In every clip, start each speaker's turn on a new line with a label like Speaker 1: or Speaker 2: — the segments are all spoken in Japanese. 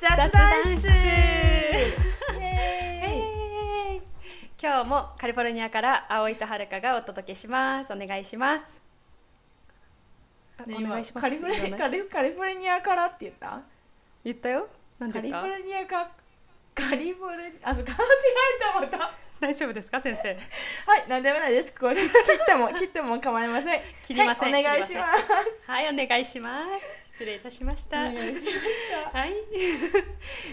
Speaker 1: 雑談室
Speaker 2: 室
Speaker 1: イエーイ今日もカリフォルニアから葵とはるかがお届けしますお願いしますあ
Speaker 2: ね
Speaker 1: お
Speaker 2: 今
Speaker 1: 願いします
Speaker 2: カリフォルニアカリカリフォルニアからって言った
Speaker 1: 言ったよなん
Speaker 2: カ
Speaker 1: で
Speaker 2: リ
Speaker 1: 言
Speaker 2: フ
Speaker 1: っ
Speaker 2: ォ
Speaker 1: た
Speaker 2: ルニアかカリフォルニアあそう間違えたまた
Speaker 1: 大丈夫ですか先生
Speaker 2: はいなんでもないですこれ切って も切っても構いません
Speaker 1: 切りません
Speaker 2: はい、お願いします
Speaker 1: はいお願いします失礼いた しました
Speaker 2: お願いしました
Speaker 1: はい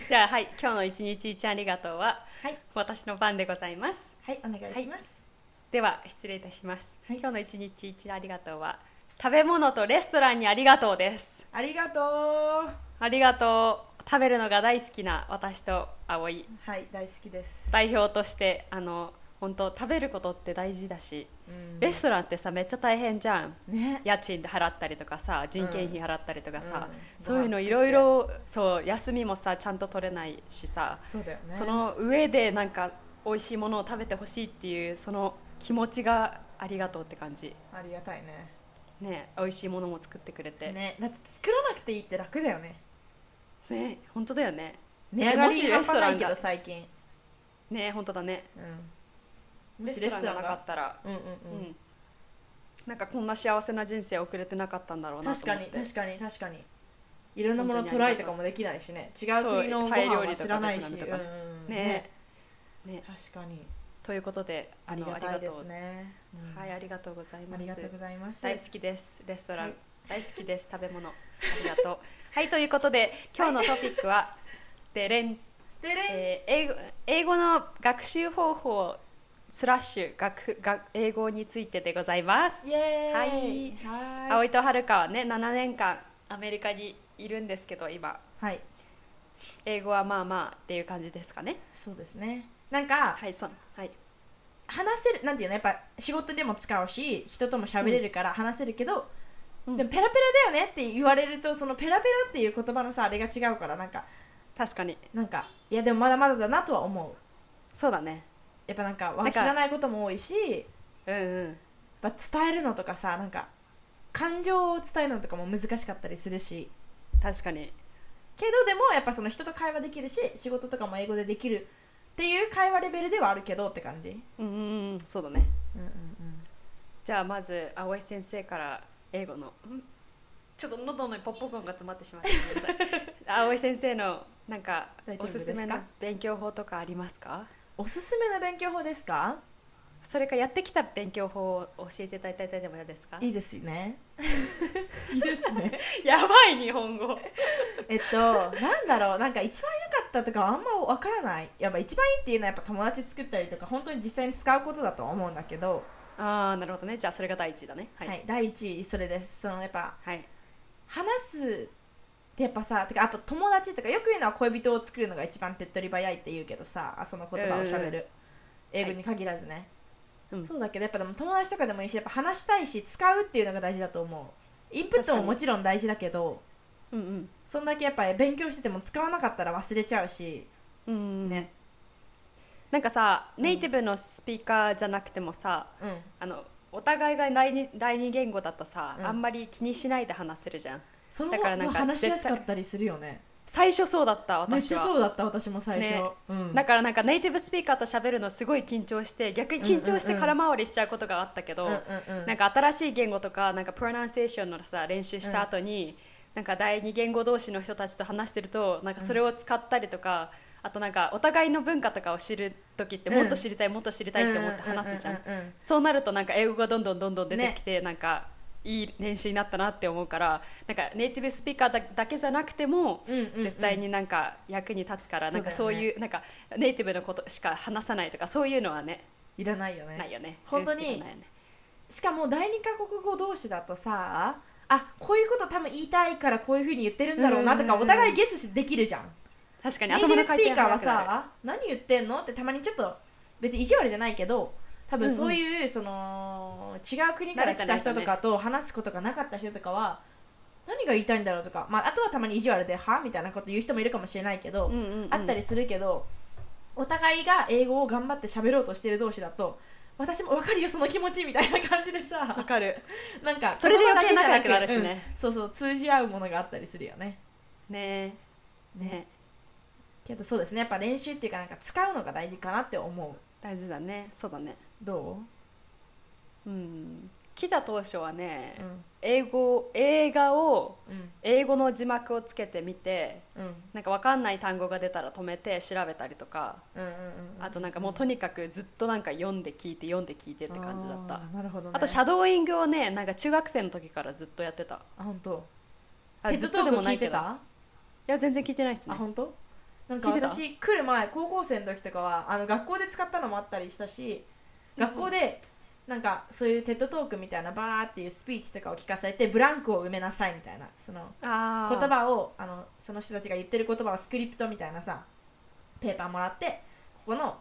Speaker 1: じゃあはい今日の一日一ありがとうは
Speaker 2: はい
Speaker 1: 私の番でございます
Speaker 2: はいお願いします
Speaker 1: では失礼いたします、
Speaker 2: はい
Speaker 1: 今日の一日一ありがとうは食べ物とレストランにありがとうです
Speaker 2: ありがとう
Speaker 1: ありがとう食べるのが大好きな私と葵
Speaker 2: はい大好きです
Speaker 1: 代表としてあの本当食べることって大事だし
Speaker 2: うん
Speaker 1: レストランってさめっちゃ大変じゃん
Speaker 2: ね
Speaker 1: 家賃で払ったりとかさ人件費払ったりとかさ、
Speaker 2: うん
Speaker 1: そういうのいろいろそう休みもさちゃんと取れないしさ、
Speaker 2: そうだよね
Speaker 1: その上でなんか美味しいものを食べてほしいっていうその気持ちがありがとうって感じ
Speaker 2: ありがたいね
Speaker 1: ね美味しいものも作ってくれてね
Speaker 2: ねだって作らなくていいって楽だよね
Speaker 1: 本当だよね
Speaker 2: 値上が
Speaker 1: もし
Speaker 2: り
Speaker 1: レ
Speaker 2: 半
Speaker 1: ス
Speaker 2: 端
Speaker 1: ト
Speaker 2: な
Speaker 1: ラ
Speaker 2: い
Speaker 1: ン
Speaker 2: け
Speaker 1: が
Speaker 2: ど最近
Speaker 1: ね本当だね
Speaker 2: うん
Speaker 1: レストランがなかったら
Speaker 2: うんうん
Speaker 1: う
Speaker 2: うん
Speaker 1: んなんかこんな幸せな人生送れてなかったんだろうな
Speaker 2: 確
Speaker 1: と思
Speaker 2: か
Speaker 1: って
Speaker 2: に確かに確かにいろんなものトライとかもできないしね違う
Speaker 1: そう
Speaker 2: 国のご
Speaker 1: タイ
Speaker 2: 飯
Speaker 1: 料
Speaker 2: は
Speaker 1: 理とか
Speaker 2: 知らないし
Speaker 1: ベトナムとか
Speaker 2: うん
Speaker 1: ねね
Speaker 2: 確かに
Speaker 1: ということであ
Speaker 2: あり
Speaker 1: の
Speaker 2: が
Speaker 1: あり
Speaker 2: た
Speaker 1: が
Speaker 2: いで
Speaker 1: と
Speaker 2: す
Speaker 1: う
Speaker 2: ねうん
Speaker 1: はいありがとうござい
Speaker 2: あ
Speaker 1: ま
Speaker 2: りが
Speaker 1: す
Speaker 2: とうございます
Speaker 1: 大好きですレストラン、
Speaker 2: はい
Speaker 1: 大好きです食べ物ありがとう はいということで今日のトピックは、でれん
Speaker 2: でれん
Speaker 1: えー英語英語の学習方法スラッシュ学学英語についてでございます
Speaker 2: イ。エーイはーい
Speaker 1: 葵とはるかはね7年間アメリカにいるんですけど今
Speaker 2: はい
Speaker 1: 英語はまあまあっていう感じですかね。
Speaker 2: そうですねなんか
Speaker 1: はいそうはい
Speaker 2: 話せるなんていうのやっぱ仕事でも使うし人とも喋れるから話せるけど、
Speaker 1: うん
Speaker 2: でもペラペラだよねって言われるとそのペラペラっていう言葉のさあれが違うからなんか
Speaker 1: 確かに
Speaker 2: なんかいやでもまだまだだなとは思う
Speaker 1: そうだね。
Speaker 2: やっぱなんか
Speaker 1: なんか
Speaker 2: わ知らないことも多いし
Speaker 1: うんうん
Speaker 2: やっぱ伝えるのとかさなんか感情を伝えるのとかも難しかったりするし
Speaker 1: 確かに
Speaker 2: けどでもやっぱその人と会話できるし仕事とかも英語でできるっていう会話レベルではあるけどって感じ、
Speaker 1: うんうんうんそうだね。
Speaker 2: うんうんうん、
Speaker 1: じゃあまず葵先生から英語のんちょっと喉のポップコーンが詰まってしまってごめんなさい 葵先生のなんか
Speaker 2: 大丈夫
Speaker 1: おすすめ
Speaker 2: です
Speaker 1: の
Speaker 2: か
Speaker 1: 勉強法とかありますか
Speaker 2: おすすめの勉強法ですか
Speaker 1: それかやってきた勉強法を教えていただいたでもよいですか
Speaker 2: いいですねいいですね
Speaker 1: やばい日本語
Speaker 2: えっと、なんだろう、なんか一番良かったとかはあんまわからない。やっぱ一番いいっていうのはやっぱ友達作ったりとか、本当に実際に使うことだと思うんだけど、
Speaker 1: ああなるほどねじゃあそれが第一だねは
Speaker 2: はいい、第一位それです。そのやっぱ
Speaker 1: はい
Speaker 2: 話すってやっぱさ、てかやっぱ友達とかよく言うのは恋人を作るのが一番手っ取り早いって言うけどさ、あその言葉を
Speaker 1: うんう
Speaker 2: 喋
Speaker 1: んうん
Speaker 2: る。英語に限らずね、
Speaker 1: うん
Speaker 2: そうだけどやっぱでも友達とかでもいいしやっぱ話したいし使うっていうのが大事だと思うインプットももちろん大事だけど
Speaker 1: うんうん
Speaker 2: そんだけやっぱ勉強してても使わなかったら忘れちゃうし
Speaker 1: うんうん
Speaker 2: ね
Speaker 1: なんかさネイティブのスピーカーじゃなくてもさ、
Speaker 2: うん
Speaker 1: あのお互いが第二第二言語だとさ、
Speaker 2: うん
Speaker 1: あんまり気にしないで話せるじゃん
Speaker 2: その
Speaker 1: だ
Speaker 2: 方
Speaker 1: から
Speaker 2: が
Speaker 1: なんか
Speaker 2: 話しやすかったりするよね
Speaker 1: 最初そうだった
Speaker 2: めっ
Speaker 1: 私
Speaker 2: ち
Speaker 1: は
Speaker 2: ゃそうだった私も最初、
Speaker 1: ね
Speaker 2: うん、
Speaker 1: だからなんかネイティブスピーカーと喋るのすごい緊張して逆に緊張して空回りしちゃうことがあったけど、
Speaker 2: うんうんうん
Speaker 1: なんか新しい言語とかなんかプロナンセーションのさ練習した後に、なんか第二言語同士の人たちと話してるとなんかそれを使ったりとか、あとなんかお互いの文化とかを知る時って
Speaker 2: うん
Speaker 1: もっと知りたい、もっと知りたいって思って話すじゃん,、
Speaker 2: ううううん
Speaker 1: そうなるとなんか英語がどんどんどんどん出てきて、なんかいい練習になったなって思うからなんかネイティブスピーカーだだけじゃなくても、
Speaker 2: うんうんうん
Speaker 1: 絶対になんか役に立つから、なんか
Speaker 2: そ
Speaker 1: そうう
Speaker 2: だよね
Speaker 1: いうなんかネイティブのことしか話さないとかそういうのはね
Speaker 2: いらないよね
Speaker 1: ないよね
Speaker 2: 本当
Speaker 1: うんい
Speaker 2: に
Speaker 1: らないよね
Speaker 2: しかも第二カ国語同士だとさあこういうこと多分言いたいからこういうふうに言ってるんだろうなとか
Speaker 1: うんうんう
Speaker 2: お
Speaker 1: ん
Speaker 2: 互いゲスできるじゃん
Speaker 1: 確かに
Speaker 2: ネイティブスピーカーは
Speaker 1: 早くなる
Speaker 2: さ何言ってんのってたまにちょっと別に意地悪じゃないけど多分そういう、その違う国から来た人とかと話すことがなかった人とかは何が言いたいんだろうとか、まあ、あとはたまに意地悪で「は?」みたいなこと言う人もいるかもしれないけど、
Speaker 1: うんうんうん
Speaker 2: あったりするけどお互いが英語を頑張って喋ろうとしてる同士だと私も分かるよその気持ちみたいな感じで
Speaker 1: わ
Speaker 2: さ
Speaker 1: かる
Speaker 2: なんか
Speaker 1: それで余計
Speaker 2: 言葉だけじゃ
Speaker 1: 仲良くなるしね
Speaker 2: うんそうそう通じ合うものがあったりするよね
Speaker 1: ねえねえ
Speaker 2: けどそうですねやっぱ練習っていうかなんか使うのが大事かなって思う
Speaker 1: 大事だねそうだね
Speaker 2: ど
Speaker 1: うん来た当初はね、
Speaker 2: ううん
Speaker 1: 英語映画を
Speaker 2: うん
Speaker 1: 英語の字幕をつけてみて
Speaker 2: うん
Speaker 1: なんかわかんない単語が出たら止めて調べたりとか
Speaker 2: うんうんうん
Speaker 1: あとなんかもうとにかくずっとなんか読んで聞いて読んで聞いてって感じだった
Speaker 2: あーなるほど、ね、
Speaker 1: あとシャドーイングをねなんか中学生の時からずっとやってた
Speaker 2: あ本当
Speaker 1: あ
Speaker 2: ずっとでも聞いて
Speaker 1: どい
Speaker 2: た
Speaker 1: や全然聞いてないっす
Speaker 2: あ
Speaker 1: ね
Speaker 2: 本当なんか
Speaker 1: 聞いてた
Speaker 2: 私来る前高校生の時とかはあの学校で使ったのもあったりしたし学校でなんかそういうテッドトークみたいなバーっていうスピーチとかを聞かされてブランクを埋めなさいみたいなその
Speaker 1: あー
Speaker 2: 言葉をあのその人たちが言ってる言葉をスクリプトみたいなさペーパーもらってここの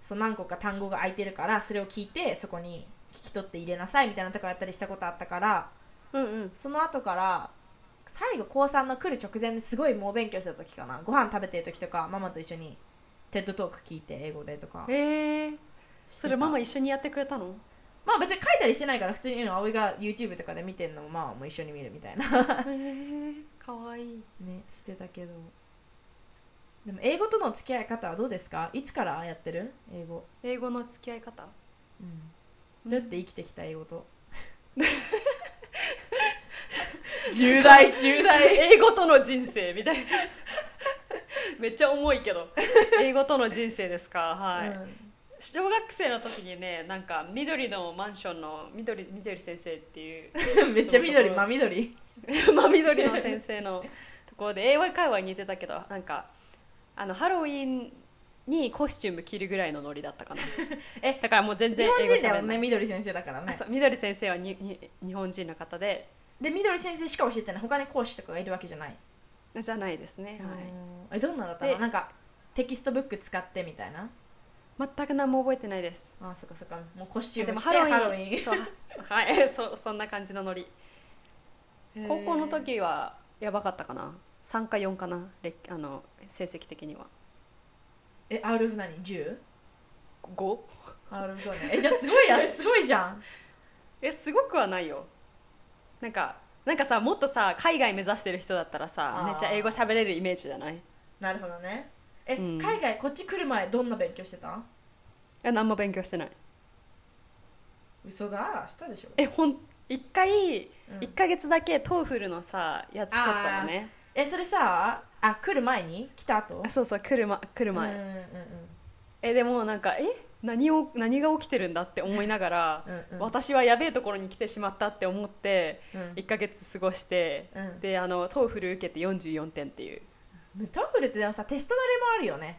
Speaker 2: その何個か単語が空いてるからそれを聞いてそこに聞き取って入れなさいみたいなとかやったりしたことあったから
Speaker 1: うんうん
Speaker 2: その後から最後高3の来る直前ですごい猛勉強してた時かなご飯食べてる時とかママと一緒にテッドトーク聞いて英語でとか
Speaker 1: えー、それママ
Speaker 2: ま
Speaker 1: 一緒にやってくれたの
Speaker 2: あ別に書いたりしてないから普通にうん葵が YouTube とかで見てるのもママも一緒に見るみたいな
Speaker 1: えー、かわいい
Speaker 2: ねしてたけどでも英語との付き合い方はどうですかいつからやってる英語、
Speaker 1: 英語の付き合い方
Speaker 2: どうやって生きてきた英語と 重大重大
Speaker 1: 英語との人生みたいな めっちゃ重いけ ど英語との人生ですかはい、小学生の時にねなんか緑のマンションの緑緑先生っ ていう
Speaker 2: うん めっちゃ緑真緑
Speaker 1: 真緑の先生 のところで英語会話に似てたけどなんかあのハロウィンにコスチューム着るぐらいのノリだっ たかな
Speaker 2: え
Speaker 1: だからもう全
Speaker 2: 日
Speaker 1: 然
Speaker 2: 本
Speaker 1: 英語
Speaker 2: 人
Speaker 1: し
Speaker 2: だ
Speaker 1: ゃべ
Speaker 2: よ
Speaker 1: んな
Speaker 2: ね
Speaker 1: い、
Speaker 2: 緑先生だから
Speaker 1: あ
Speaker 2: ね
Speaker 1: そう緑先生はにに日本人の方で
Speaker 2: で緑先生しか教えてない他に講師とかがいるわけじゃない、
Speaker 1: じゃないですね、はい
Speaker 2: えどんなのだったの
Speaker 1: で
Speaker 2: なんかテキストブック使ってみたいな
Speaker 1: 全く何も覚えてないです
Speaker 2: あそっかそっかもうコスチュー
Speaker 1: で
Speaker 2: ム
Speaker 1: も
Speaker 2: 着
Speaker 1: ハ
Speaker 2: て
Speaker 1: ロウィン
Speaker 2: ハロウィン
Speaker 1: そう はいそそんな感じのノリ
Speaker 2: へー
Speaker 1: 高校の時はやばかったかな3か4かなれあの成績的には
Speaker 2: え R フ何 10?
Speaker 1: 5
Speaker 2: R フねえじゃあすごいやすごいじゃん
Speaker 1: えすごくはないよなんかなんかさもっとさ海外目指してる人だったら
Speaker 2: あ
Speaker 1: さ
Speaker 2: ー
Speaker 1: めっちゃ英語喋れるイメージじゃない
Speaker 2: なるほどねえ、
Speaker 1: うん
Speaker 2: 海外こっち来る前どんな勉強してた
Speaker 1: え何も勉強してない
Speaker 2: 嘘だしたでしょ
Speaker 1: えほん1回、
Speaker 2: うん
Speaker 1: 一1か月だけトーフルのさやつ取ったのね
Speaker 2: えそれさあ来る前に来た後
Speaker 1: あそうそう来る,、ま、来る前、
Speaker 2: うんうんうん
Speaker 1: えでもなんかえ何を何が起きてるんだって思いながら、
Speaker 2: うんうん
Speaker 1: 私はやべえところに来てしまったって思って
Speaker 2: うん
Speaker 1: 1ヶ月過ごして、
Speaker 2: うん
Speaker 1: であのトーフル受けて44点っていう
Speaker 2: うんトフルってでもさテスト慣れもあるよね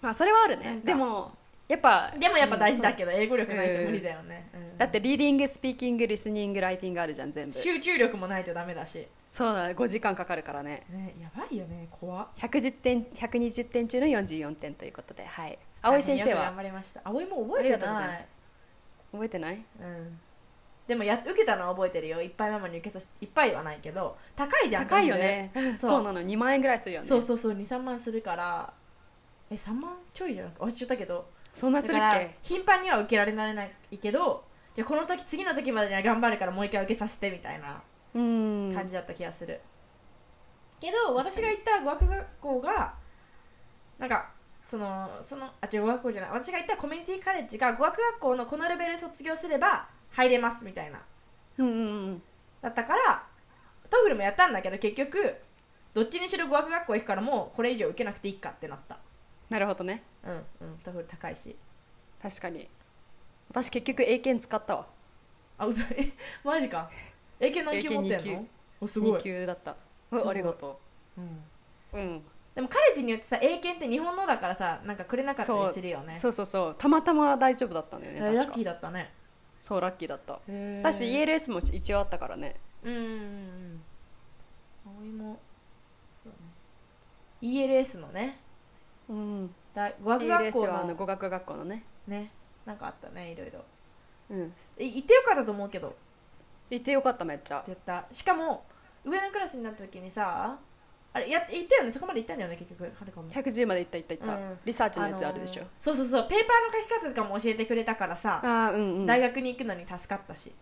Speaker 1: まあそれはある
Speaker 2: なん
Speaker 1: ね
Speaker 2: か
Speaker 1: でもやっぱ
Speaker 2: でもやっぱ大事だ
Speaker 1: うん
Speaker 2: けど、英語力ないと無理だよね、うん
Speaker 1: だってリーディングスピーキングリスニングライティングあるじゃん全部
Speaker 2: 集中力もないとダメだし
Speaker 1: そうだ5時間かかるからね
Speaker 2: ねやばいよね怖っ
Speaker 1: 110点120点中の44点ということではい葵先生
Speaker 2: よく
Speaker 1: は
Speaker 2: 頑張りました葵も覚えて
Speaker 1: ありがとうござい
Speaker 2: な
Speaker 1: ま
Speaker 2: い
Speaker 1: 覚えてない
Speaker 2: うんでもや受けたのは覚えてるよいっぱいママに受けさせいっぱいはないけど高いじゃん
Speaker 1: 高いよね
Speaker 2: 全然
Speaker 1: そう
Speaker 2: そう
Speaker 1: なの2万円ぐらいするよね
Speaker 2: そうそうそう23万するからえ3万ちょいじゃなくて忘れちゃったけど
Speaker 1: そんな
Speaker 2: だ
Speaker 1: するっ
Speaker 2: から
Speaker 1: け
Speaker 2: 頻繁には受けられないけどじゃあこの時次の時までには頑張るからもう一回受けさせてみたいな
Speaker 1: うん
Speaker 2: 感じだった気がする、けど
Speaker 1: 確かに
Speaker 2: 私が行った語学学校がなんかそのそのあ違う語学校じゃない私が行ったコミュニティカレッジが語学学校のこのレベル卒業すれば入れますみたいな
Speaker 1: うんうんうん
Speaker 2: だったからトフルもやったんだけど結局どっちにしろ語学学校行くからもうこれ以上受けなくていいかってなった
Speaker 1: なるほどね
Speaker 2: うんうんトフル高いし
Speaker 1: 確かに私結局英検使ったわ
Speaker 2: あ嘘えマジか英検何級持ってん
Speaker 1: 英
Speaker 2: の
Speaker 1: 検
Speaker 2: おすご
Speaker 1: 2
Speaker 2: い、
Speaker 1: 級だった
Speaker 2: すご
Speaker 1: う
Speaker 2: い
Speaker 1: ありがと
Speaker 2: うん
Speaker 1: う、うん
Speaker 2: でもカレッジによってさ英検って日本のだからさなんかくれなかったりするよね
Speaker 1: そうそうそうたまたま大丈夫だったんだよね
Speaker 2: ラ
Speaker 1: 確
Speaker 2: ッ
Speaker 1: か
Speaker 2: キーだったね
Speaker 1: そうラッキーだった
Speaker 2: だ
Speaker 1: だし ELS も一応あったからね
Speaker 2: うんうんうん葵もそうね ELS のね
Speaker 1: うん
Speaker 2: だ語学学
Speaker 1: ELS
Speaker 2: 校
Speaker 1: はあ
Speaker 2: の
Speaker 1: の語学学校のね
Speaker 2: ねなんかあったねいろいろ
Speaker 1: うん
Speaker 2: い行ってよかったと思うけど
Speaker 1: 行ってよかっためっちゃ
Speaker 2: 絶対しかも上のクラスになった時にさあれやっ行ったよねそこまで行ったんだよね結局はるかも
Speaker 1: 110まで行った行った行った、
Speaker 2: うん
Speaker 1: リサーチのやつあるでしょ、
Speaker 2: のーそうそうそうペーパーの書き方とかも教えてくれたからさ
Speaker 1: ああーうんうん
Speaker 2: 大学に行くのに助かったし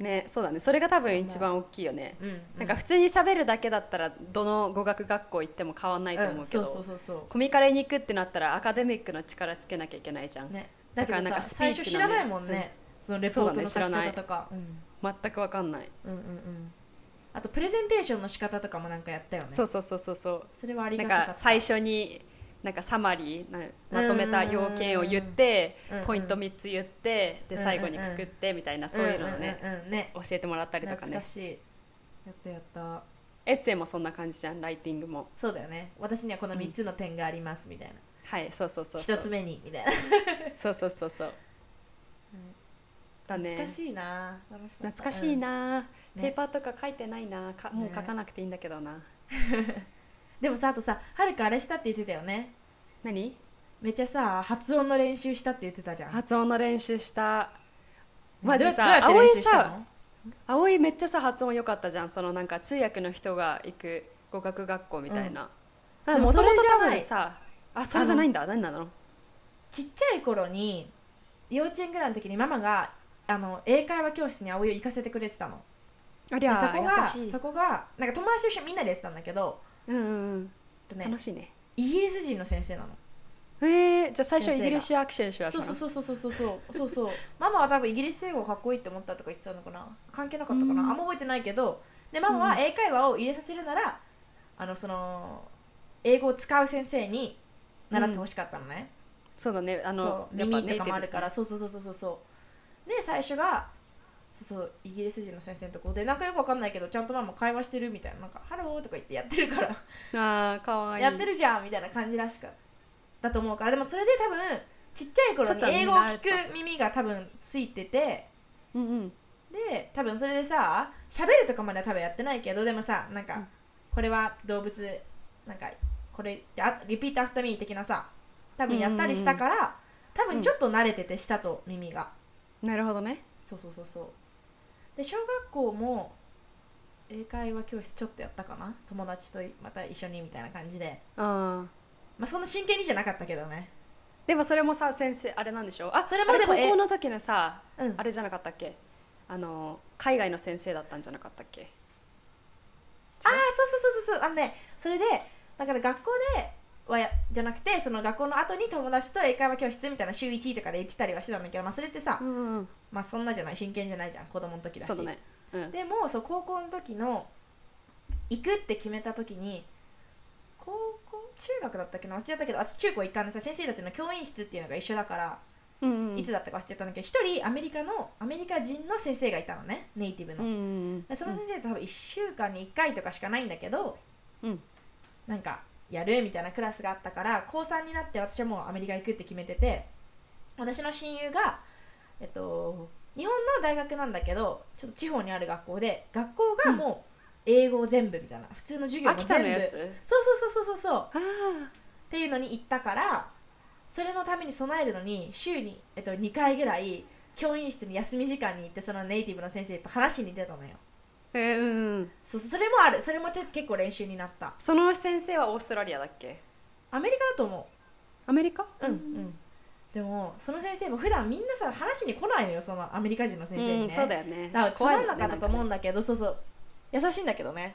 Speaker 1: ねそうだねそれが多分一番大きいよね、
Speaker 2: うんう
Speaker 1: なんか普通に喋るだけだったらどの語学学校行っても変わんないと思うけど、
Speaker 2: んそうそうそう
Speaker 1: コミカレに行くってなったらアカデミックの力つけなきゃいけないじゃ
Speaker 2: そ
Speaker 1: ん、
Speaker 2: うねだ
Speaker 1: だか
Speaker 2: け
Speaker 1: ら
Speaker 2: ど
Speaker 1: なんか
Speaker 2: さ
Speaker 1: スピ
Speaker 2: 最
Speaker 1: ー
Speaker 2: 初
Speaker 1: チ
Speaker 2: 知ら
Speaker 1: なんで
Speaker 2: ないもんね、そのレポートの
Speaker 1: そ
Speaker 2: 書
Speaker 1: う
Speaker 2: き
Speaker 1: だね
Speaker 2: 方とかう,、
Speaker 1: 全くわかんない、
Speaker 2: ん、うんうんうんあとプレゼンテーションの仕方とかもなんかやったよね
Speaker 1: そうそうそうそうそう
Speaker 2: それはあり
Speaker 1: な
Speaker 2: が
Speaker 1: ん
Speaker 2: たかった
Speaker 1: か最初になんかサマリーなまとめた要件を言って
Speaker 2: うんうんうん
Speaker 1: ポイント3つ言って
Speaker 2: う
Speaker 1: で
Speaker 2: んうん
Speaker 1: 最後にくくってみたいなそういうのをね
Speaker 2: うんうんうんうんね
Speaker 1: 教えてもらったりとか
Speaker 2: 懐
Speaker 1: ね
Speaker 2: かしいやったやった
Speaker 1: エッセイもそんな感じじゃんライティングも
Speaker 2: そうだよね私にはこの3つの点がありますみたいな、
Speaker 1: はいそうそうそうそ
Speaker 2: 一
Speaker 1: う
Speaker 2: つ目にみたいな
Speaker 1: そうそうそうそうだね
Speaker 2: 懐かしいな楽しかった
Speaker 1: 懐かしい、なあ
Speaker 2: ね
Speaker 1: ペーパーとか書いてないなあかもう書かなくていいんだけどな
Speaker 2: うんでもさあとさはるかあれしたって言ってたよね
Speaker 1: 何
Speaker 2: めっちゃさ発音の練習したって言ってたじゃん
Speaker 1: 発音の練習したマ
Speaker 2: マジ
Speaker 1: ジ
Speaker 2: さ
Speaker 1: さ
Speaker 2: どうやって
Speaker 1: 葵
Speaker 2: 練習した
Speaker 1: さ
Speaker 2: の
Speaker 1: 葵めっちゃさ発音良かったじゃんそのなんか通訳の人が行く語学学校みたいな
Speaker 2: うん
Speaker 1: なんかも
Speaker 2: で
Speaker 1: と
Speaker 2: もそれ
Speaker 1: もと
Speaker 2: じゃ
Speaker 1: 多
Speaker 2: ない
Speaker 1: 分さあそれじゃないんだ何なの
Speaker 2: ちっちゃい頃に幼稚園ぐらいの時にママがあの英会話教室に葵を行かせてくれてたの
Speaker 1: あり
Speaker 2: で
Speaker 1: ゃ
Speaker 2: そこ
Speaker 1: 優
Speaker 2: が
Speaker 1: しい
Speaker 2: そこがなんか友達と一緒にみんなでやってたんだけど、
Speaker 1: うんうんうん
Speaker 2: えっとね
Speaker 1: 楽、しいね
Speaker 2: イギリス人の先生なの
Speaker 1: えー、じゃあ最初
Speaker 2: 先生
Speaker 1: イ
Speaker 2: が
Speaker 1: ギリスアクションしようか
Speaker 2: そう
Speaker 1: な
Speaker 2: そうそうそうそうそうそうそうそうママは多分イギリス英語かっこいいって思ったとか言ってたのかな関係なかったかな、
Speaker 1: うん
Speaker 2: あんま覚えてないけどでママは英会話を入れさせるなら、あのその英語を使う先生に習ってほしかったのね、
Speaker 1: そうだねあの
Speaker 2: そう
Speaker 1: やっぱ
Speaker 2: 耳とかもあるから、
Speaker 1: ネイティブ
Speaker 2: そうそ
Speaker 1: ですね
Speaker 2: うそうそうそうそうで最初がそうそうイギリス人の先生のとこでなんかよくわかんないけどちゃんとママ会話してるみたいななんか「ハロー」とか言ってやってるから
Speaker 1: あーかわいい
Speaker 2: やってるじゃんみたいな感じらしかだと思うからでもそれで多分ちっちゃい頃
Speaker 1: ちょっと
Speaker 2: に
Speaker 1: は
Speaker 2: 英
Speaker 1: 見
Speaker 2: 語を
Speaker 1: 慣れ
Speaker 2: 聞
Speaker 1: た
Speaker 2: く耳が多分ついてて
Speaker 1: うんうん
Speaker 2: で多分それでさ喋るとかまでは多分やってないけどでもさなんか、
Speaker 1: うん
Speaker 2: これは動物なんかこれあリピートアフターミー的なさ多分やったりしたから、多分ちょっと慣れててしたと耳が、
Speaker 1: なるほどね
Speaker 2: そうそうそうそうで小学校も英会話教室ちょっとやったかな友達とまた一緒にみたいな感じで
Speaker 1: あー
Speaker 2: まあそんな真剣にじゃなかったけどね
Speaker 1: でもそれもさ先生あれなんでしょあ
Speaker 2: それも
Speaker 1: あ
Speaker 2: でもえ
Speaker 1: 高校の時のさ
Speaker 2: うん
Speaker 1: あれじゃなかったっけあの海外の先生だったんじゃなかったっけ
Speaker 2: ああそうそうそうそうそうあのねそれでだから学校ではやじゃなくてその学校の後に友達と英会話教室みたいな週1とかで行ってたりはしてたんだけど、まあ、それってさ、
Speaker 1: うんうんうん
Speaker 2: まあそんなじゃない真剣じゃないじゃん子供の時だし
Speaker 1: そうだねうん
Speaker 2: でもそう高校の時の行くって決めた時に高校中学だったっけな忘れちゃったけど私中高一貫でさ先生たちの教員室っていうのが一緒だから、
Speaker 1: うんうんうん
Speaker 2: いつだったか忘れちゃったんだけど一人アメリカのアメリカ人の先生がいたのねネイティブの
Speaker 1: うんう、んう
Speaker 2: で
Speaker 1: ん
Speaker 2: その先生と多分1週間に1回とかしかないんだけど、
Speaker 1: うん
Speaker 2: なんかやるみたいなクラスがあったから高3になって私はもうアメリカ行くって決めてて私の親友が、えっと、日本の大学なんだけどちょっと地方にある学校で学校がもう英語全部みたいな普通の授業も
Speaker 1: 秋田
Speaker 2: 全
Speaker 1: のや
Speaker 2: 部
Speaker 1: つ
Speaker 2: そうそうそうそうそうそう
Speaker 1: ああ
Speaker 2: っていうのに行ったからそれのために備えるのに週に、えっと、2回ぐらい教員室に休み時間に行ってそのネイティブの先生と話しに出たのよ
Speaker 1: えーうんうん
Speaker 2: そうそうそれもあるそれもて結構練習になった
Speaker 1: その先生はオーストラリアだっけ
Speaker 2: アメリカだと思
Speaker 1: アメリカ
Speaker 2: ううんうんでもその先生も普段みんなさ話に来ないのよそのアメリカ人の先生にね、
Speaker 1: うんそうだよね
Speaker 2: だからつまんなかったと思うん
Speaker 1: だ
Speaker 2: だけど、そうそう優しいんだけどね、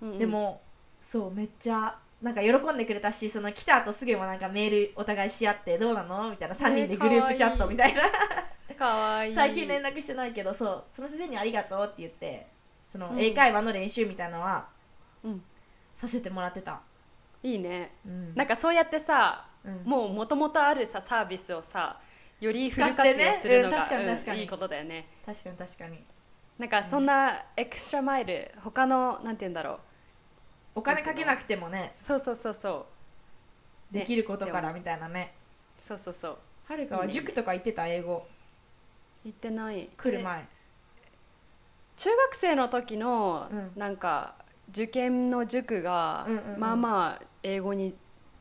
Speaker 2: で
Speaker 1: でも
Speaker 2: もそうめっちゃなんか喜んでくれたしその来た後すぐもなんかメールお互いし合ってどうなのみたいな3人でグループチャットみたいな、
Speaker 1: かわいい
Speaker 2: 最近連絡してないけどそうその先生に「ありがとう」って言ってその
Speaker 1: うん
Speaker 2: 英会話の練習みたいなのは
Speaker 1: うん
Speaker 2: させてもらってた、
Speaker 1: いいね
Speaker 2: うん
Speaker 1: なんかそうやってさ
Speaker 2: うん
Speaker 1: もうもともとあるさサービスをさよりフ
Speaker 2: 使
Speaker 1: ル
Speaker 2: って
Speaker 1: 活
Speaker 2: ね
Speaker 1: 用するの
Speaker 2: うん
Speaker 1: が
Speaker 2: 確かに確か
Speaker 1: うん
Speaker 2: に
Speaker 1: いいことだよね
Speaker 2: 確かに確かに
Speaker 1: なんかそんなエクストラマイル他のなんて言うんだろう
Speaker 2: お金かけなくてもね
Speaker 1: そうそうそうそうね
Speaker 2: できることか
Speaker 1: で
Speaker 2: らみたいなね
Speaker 1: そうそうそう
Speaker 2: はるかはい
Speaker 1: いね
Speaker 2: 塾とか行ってた英語
Speaker 1: 行ってない
Speaker 2: 来る
Speaker 1: え
Speaker 2: 前
Speaker 1: 中学生の時の
Speaker 2: うん
Speaker 1: なんか受験の塾が
Speaker 2: うんうんうん
Speaker 1: まあまあ英語に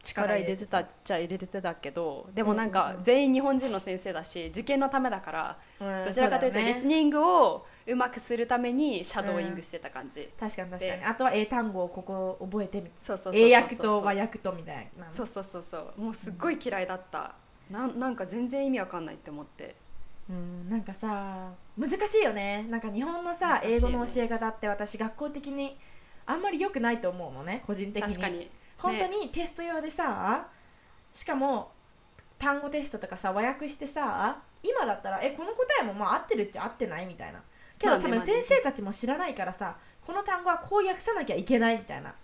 Speaker 1: 力入れてたっちゃ入れてたけどでもなん
Speaker 2: うんうん
Speaker 1: か
Speaker 2: うん
Speaker 1: 全員日本人の先生だし受験のためだから
Speaker 2: うん
Speaker 1: どちらかというと
Speaker 2: そうだ
Speaker 1: リ
Speaker 2: よ
Speaker 1: ス
Speaker 2: ね
Speaker 1: ニングをうまくするためにシャドーイングしてた感じ
Speaker 2: 確かに確かに
Speaker 1: で
Speaker 2: あとは英単語をここ覚えてみ
Speaker 1: そうそうそう
Speaker 2: 英
Speaker 1: そう
Speaker 2: 訳
Speaker 1: そ
Speaker 2: と和
Speaker 1: う
Speaker 2: 訳とみたいな
Speaker 1: そうそうそうそうもうすっごい嫌いだったなんなんか全然意味わかんないって思って
Speaker 2: うん、なんかさ難しいよねなんか日本のさ、
Speaker 1: 難しいね
Speaker 2: 英語の教え方って私学校的にあんまり良くないと思うのね個人的に
Speaker 1: 確かに
Speaker 2: 本当にテスト用でさしかも単語テストとかさ和訳してさ今だったらえこの答えもまあ合ってるっちゃ合ってないみたいなけど
Speaker 1: まあね
Speaker 2: 多
Speaker 1: ま
Speaker 2: 分
Speaker 1: あね
Speaker 2: 先生たちも知らないからさこの単語はこう訳さなきゃいけないみたいな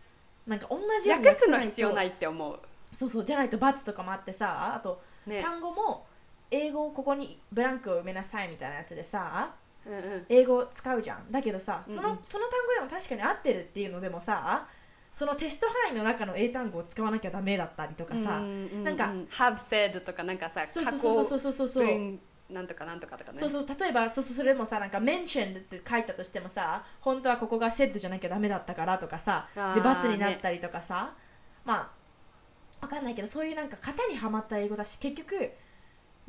Speaker 2: なんか同じように
Speaker 1: 訳すの
Speaker 2: さ
Speaker 1: 必要ないいって思う
Speaker 2: とそうそうじゃないと罰とかもあってさあと
Speaker 1: ね
Speaker 2: 単語も英語をここにブランクを埋めなさいみたいなやつでさ
Speaker 1: うんうん
Speaker 2: 英語を使うじゃんだけどさその,、
Speaker 1: うんうん
Speaker 2: その単語でも確かに合ってるっていうのでもさそのテスト範囲の中の英単語を使わなきゃダメだったりとかさ、
Speaker 1: うんうん
Speaker 2: なんか
Speaker 1: 「have said」とかなんかさ
Speaker 2: そう
Speaker 1: 過
Speaker 2: そうそ
Speaker 1: 去
Speaker 2: うそうそうそうそう
Speaker 1: 文なんとかなんとかとかね
Speaker 2: そうそう例えばそうそうそれもさなんか「mentioned」って書いたとしてもさ本当はここが「said」じゃなきゃダメだったからとかさ
Speaker 1: あー
Speaker 2: で罰になったりとかさ、まあわかんないけどそういうなんか型にはまった英語だし結局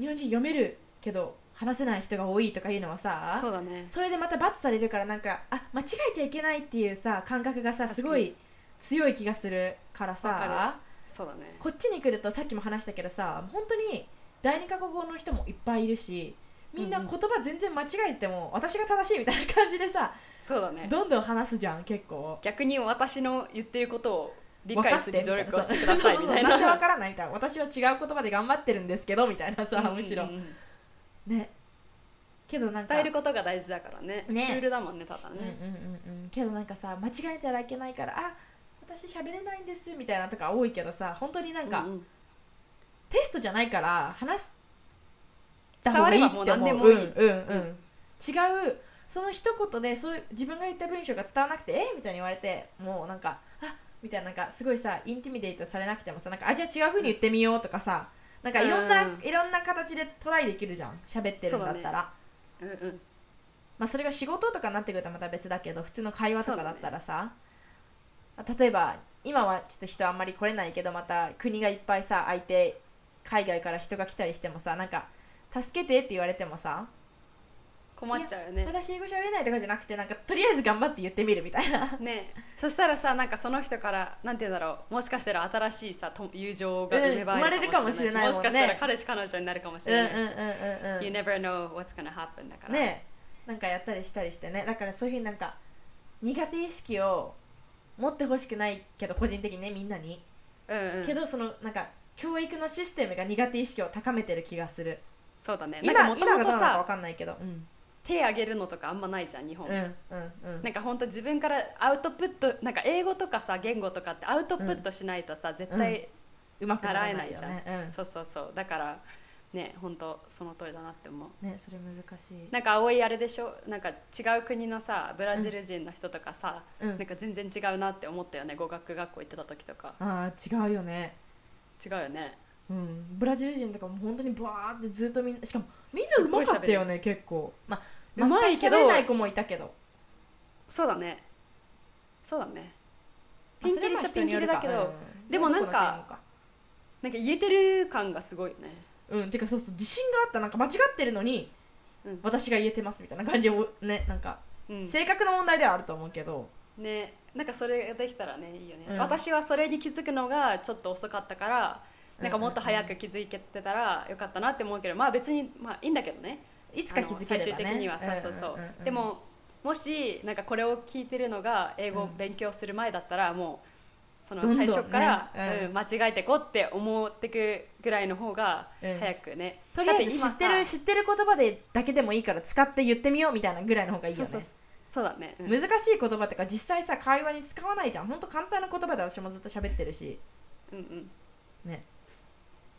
Speaker 2: 日本人読めるけど話せない人が多いとかいうのはさ
Speaker 1: そうだね
Speaker 2: それでまた罰されるからなんかあ間違えちゃいけないっていうさ感覚がさ
Speaker 1: 確かに
Speaker 2: すごい強い気がするから
Speaker 1: わか
Speaker 2: さ
Speaker 1: そうだね
Speaker 2: こっちに来るとさっきも話したけどさ本当に第二カ国語の人もいっぱいいるしみんな
Speaker 1: うん
Speaker 2: 言
Speaker 1: うん
Speaker 2: 葉全然間違えても私が正しいみたいな感じでさ
Speaker 1: そうだね
Speaker 2: どんどん話すじゃん結構。
Speaker 1: 逆に私の言ってることを理
Speaker 2: 分か
Speaker 1: 解
Speaker 2: っ
Speaker 1: す
Speaker 2: て
Speaker 1: る
Speaker 2: みた
Speaker 1: 努
Speaker 2: いな
Speaker 1: 力をし
Speaker 2: そう
Speaker 1: てくださいみたいな
Speaker 2: そうそうそうなんで わからないみたいな私は違う言葉で頑張ってるんですけどみたいなさむしろ
Speaker 1: うんうんうん
Speaker 2: ねけどなんか
Speaker 1: 伝えることが大事だからね
Speaker 2: ね
Speaker 1: ツールだもんねただね、
Speaker 2: うんうんうんうん、けどなんかさ間違えたらいけないからあ私喋れないんですみたいなとか多いけどさ本当になんか、
Speaker 1: ううん
Speaker 2: テストじゃないから話した
Speaker 1: 伝
Speaker 2: 方
Speaker 1: わ
Speaker 2: がい
Speaker 1: れ
Speaker 2: い
Speaker 1: ば
Speaker 2: って
Speaker 1: も
Speaker 2: 思
Speaker 1: う
Speaker 2: う
Speaker 1: 何でもい
Speaker 2: う
Speaker 1: い、
Speaker 2: んうんうん
Speaker 1: うん
Speaker 2: 違うその一言でそういう自分が言った文章が伝わらなくてえみたいに言われてもうなんかあみたいななんかすごいさインティミデートされなくてもさなんかあじゃあ違う風に言ってみようとかさなんかいろんな、
Speaker 1: うん
Speaker 2: いろんな形でトライできるじゃん喋ってるんだった
Speaker 1: そうだ
Speaker 2: ら。
Speaker 1: うんうん
Speaker 2: まあ、それが仕事とかになってくるとまた別だけど普通の会話とかだったらさ、例えば今はちょっと人あんまり来れないけどまた国がいっぱいさ相手海外から人が来たりしてもさなんか助けてって言われてもさ
Speaker 1: 困っちゃうよね
Speaker 2: 私英語喋れないとかじゃなくてなんかとりあえず頑張って言ってみるみたいな
Speaker 1: ねそしたらさなんかその人からなんて言うんだろうもしかしたら新しいさと友情が生まれるかもしれないし、
Speaker 2: うん生まれるかもしれな
Speaker 1: も
Speaker 2: いもんね
Speaker 1: しかしたら彼氏彼女になるかも
Speaker 2: う
Speaker 1: し
Speaker 2: ん
Speaker 1: れ
Speaker 2: うん
Speaker 1: ないし、
Speaker 2: うんうんう
Speaker 1: You
Speaker 2: ん
Speaker 1: never know what's gonna happen だから、
Speaker 2: ねなんかやったりしたりしてねだからそういうふうになんか苦手意識を持ってほしくないけど個人的にねみんなに
Speaker 1: うんうん、
Speaker 2: けどそのなんか教育のシステムが苦手意識を高めてる気がする
Speaker 1: そうだね
Speaker 2: 今
Speaker 1: なんか
Speaker 2: 今が
Speaker 1: もと
Speaker 2: どう
Speaker 1: もと
Speaker 2: なのか
Speaker 1: さ
Speaker 2: 分かんないけどうん
Speaker 1: 手挙げるのとかあんまないじゃん日本、
Speaker 2: うんうんうん
Speaker 1: なんか本当自分からアウトプットなんか英語とかさ言語とかってアウトプットしないとさ、絶対
Speaker 2: うまくな
Speaker 1: 習え
Speaker 2: らな
Speaker 1: な
Speaker 2: い
Speaker 1: い
Speaker 2: よ
Speaker 1: じゃん、
Speaker 2: ねう
Speaker 1: そうそうそうだからね本当その通りだなって思うん
Speaker 2: ねそれ難しい
Speaker 1: なんか葵あれでしょなんか違う国のさブラジル人の人とかさ、
Speaker 2: うん
Speaker 1: なんか全然違うなって思ったよね語学学校行ってた時とか
Speaker 2: あー違うよね
Speaker 1: 違うよね
Speaker 2: うんブラジル人とかも本当にバーってずっとみんなしかもみんなうまかったよね結構まあ
Speaker 1: うまいけど
Speaker 2: 全く喋れない子もいたけど
Speaker 1: そうだねそうだね
Speaker 2: まあ
Speaker 1: ピンキリっちゃピンキリだけ
Speaker 2: それは
Speaker 1: ど
Speaker 2: 人によるかうん
Speaker 1: でもなんか
Speaker 2: それはどこの国か
Speaker 1: なんか言えてる感がすごいよね
Speaker 2: うんてかそうそう自信があったなんか間違ってるのに
Speaker 1: うん
Speaker 2: 私が言えてますみたいな感じをねなんか
Speaker 1: うん
Speaker 2: 性格の問題ではあると思うけど
Speaker 1: ねなんかそれができたらねいいよね、
Speaker 2: うん
Speaker 1: 私はそれに気づくのがちょっと遅かったからなんかもっと早く気づけてたらよかったなって思うけどまあ別にまあいいんだけどね
Speaker 2: いつか気づければね
Speaker 1: あの最終的にはそうそうそう,、でももしなんかこれを聞いてるのが英語を勉強する前だったら、もうその
Speaker 2: どんどん
Speaker 1: 最
Speaker 2: ね
Speaker 1: 初から
Speaker 2: うん
Speaker 1: うん間違えてこうって思ってくぐらいの方が
Speaker 2: うん
Speaker 1: 早くね、
Speaker 2: とりあえず知
Speaker 1: だ
Speaker 2: ってて
Speaker 1: 今
Speaker 2: る
Speaker 1: さ
Speaker 2: 知ってる言葉でだけでもいいから使って言ってみようみたいなぐらいの方がいいよ
Speaker 1: そう
Speaker 2: ね
Speaker 1: そうそうそうだね、うん
Speaker 2: 難しい言葉とか実際さ会話に使わないじゃんほんと簡単な言葉で私もずっと喋ってるし
Speaker 1: うんうん
Speaker 2: ね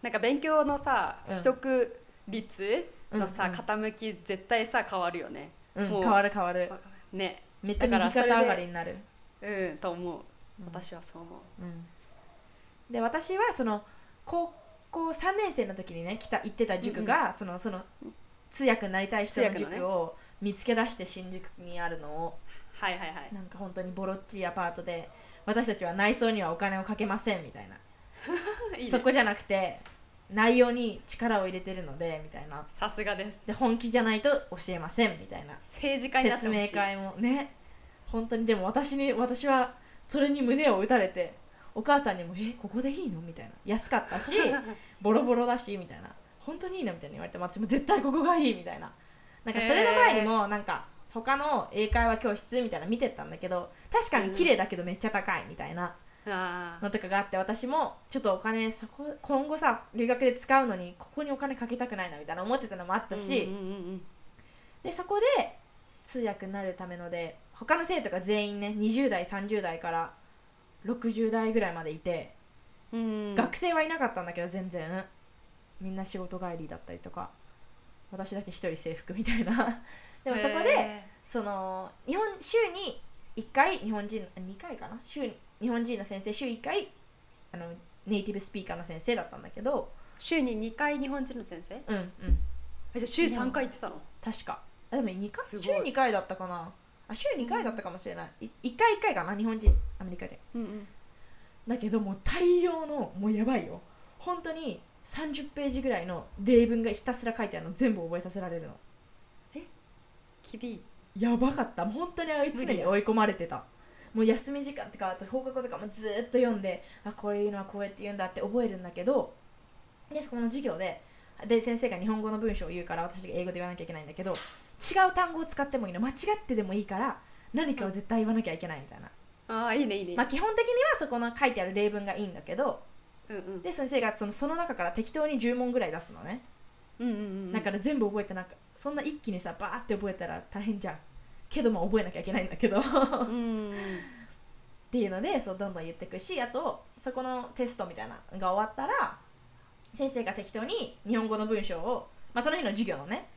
Speaker 1: なんか勉強のさ
Speaker 2: うん
Speaker 1: 取得率のさ、
Speaker 2: うんうん
Speaker 1: 傾き絶対さ変わるよね
Speaker 2: うん
Speaker 1: もう
Speaker 2: 変わる変わる
Speaker 1: ね
Speaker 2: めっちゃ
Speaker 1: だから
Speaker 2: 右肩上がりになる
Speaker 1: うんと思う
Speaker 2: うん
Speaker 1: 私はそう思う
Speaker 2: うんで私はその高校3年生の時にね来た行ってた塾が、そのその通訳になりたい人の
Speaker 1: 通訳のね
Speaker 2: 塾を見つけ出して新宿にあるのを
Speaker 1: はいはいはい
Speaker 2: なんか本当にボロっちいアパートで私たちは内装にはお金をかけませんみたいない
Speaker 1: いね
Speaker 2: そこじゃなくて内容に力を入れてるのでみたいな
Speaker 1: さすがで
Speaker 2: です本気じゃないと教えませんみたいな
Speaker 1: 政治家になって
Speaker 2: 説
Speaker 1: ほしい
Speaker 2: 明会もね本当にでも私に私はそれに胸を打たれてお母さんにも「えここでいいの?」みたいな安かったしボロボロだしみたいな本当にいいなみたいに言われて、まあ私も絶対ここがいいみたいななんかそれの前にもなんか他の英会話教室みたいなの見てったんだけど確かに綺麗だけどめっちゃ高いみたいな
Speaker 1: あ
Speaker 2: のとかがあって私もちょっとお金そこ今後さ留学で使うのにここにお金かけたくないなみたいな思ってたのもあった
Speaker 1: だ
Speaker 2: し、
Speaker 1: し、うんうんうん
Speaker 2: でそこで通訳になるためので他の生徒が全員ね20代30代から60代ぐらいまでいて、
Speaker 1: うん、
Speaker 2: 学生はいなかったんだけど全然みんな仕事帰りだったりとか私だけ一人制服みたいな でもそこで、
Speaker 1: へ
Speaker 2: その日本週に1回日本人2回かな週に日本人の先生週1回あのネイティブスピーカーの先生だったんだけど
Speaker 1: ー週に2回日本人の先生
Speaker 2: うんうん
Speaker 1: えじゃあ週3回行ってたの
Speaker 2: 確かあでも2回
Speaker 1: す
Speaker 2: 週
Speaker 1: ごい
Speaker 2: 2回だったかなあ週2回だったかもしれないい1回1回かな日本人アメリカ人
Speaker 1: うんうん
Speaker 2: だけどもう大量のもうやばいよ本当に30ページぐらいの例文がひたすら書いてあるの全部覚えさせられるの
Speaker 1: 厳い
Speaker 2: やばかった本当にあれ常
Speaker 1: 無理
Speaker 2: に
Speaker 1: だ
Speaker 2: 追い込まれてたもう休み時間とかあと放課後とかもずっと読んであこういうのはこうやって言うんだって覚えるんだけどでそこの授業でで先生が日本語の文章を言うから私が英語で言わなきゃいけないんだけど違う単語を使ってもいいの間違ってでもいいから何かを絶対言わなきゃいけないみたいな、
Speaker 1: ああいいねいいね、
Speaker 2: まあ、基本的にはそこの書いてある例文がいいんだけど
Speaker 1: うんうん
Speaker 2: で先生がそのその中から適当に10問ぐらい出すのね
Speaker 1: うんうんうん
Speaker 2: だから全部覚えてなんかそんな一気にさバーって覚えたら大変じゃんけどまあ覚えなきゃいけないんだけ どっ
Speaker 1: うん
Speaker 2: ていうのでそうどんどん言ってくしあとそこのテストみたいなのが終わったら先生が適当に日本語の文章を、まあ、その日の授業のね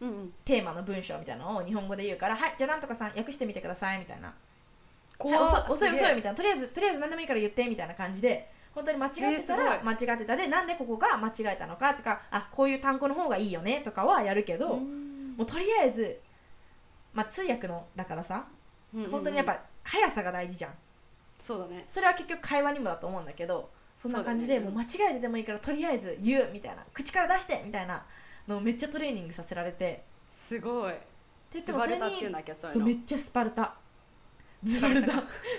Speaker 1: うんうん
Speaker 2: テーマの文章みたいなのを日本語で言うから「はいじゃあなんとかさん訳してみてください」みたいな「
Speaker 1: 怖
Speaker 2: はい遅い遅い遅い」
Speaker 1: い
Speaker 2: みたいな「とりあえずとりあえず何でもいいから言って」みたいな感じで本当に間違
Speaker 1: えー
Speaker 2: って
Speaker 1: す
Speaker 2: た
Speaker 1: ごい
Speaker 2: ら間違ってたで、なんでここが間違えたのかとかあこういう単語の方がいいよねとかはやるけど、もうとりあえず、まあ、通訳のだからさ本当にやっぱ速さが大事じゃん
Speaker 1: そうだね
Speaker 2: それは結局会話にもだと思うんだけどそんな感じで
Speaker 1: そうだ
Speaker 2: もう
Speaker 1: ね
Speaker 2: 間違えてでもいいからとりあえず言うみたいな口から出してみたいなのをめっちゃトレーニングさせられて
Speaker 1: すごい
Speaker 2: でで
Speaker 1: ズ
Speaker 2: もそ
Speaker 1: バ
Speaker 2: れ
Speaker 1: ル
Speaker 2: に
Speaker 1: タっていうんだっけそうい
Speaker 2: そうう
Speaker 1: の
Speaker 2: めっちゃスパルタズバルタ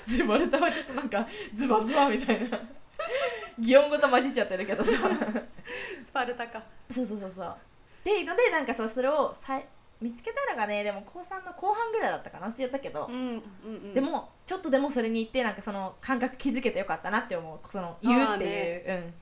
Speaker 2: ズバルタは ちょっとなんかズバズバみたいな擬音語と混じっちゃってるけどさ
Speaker 1: スパルタか
Speaker 2: そうそうそうそうでのでなんかそうそれをさい見つけたのがねでも高3の後半ぐらいだったかな忘れちゃったけど、
Speaker 1: うんうんうん
Speaker 2: でもちょっとでもそれに行ってなんかその感覚気づけてよかったなって思うその言うっていう、うん、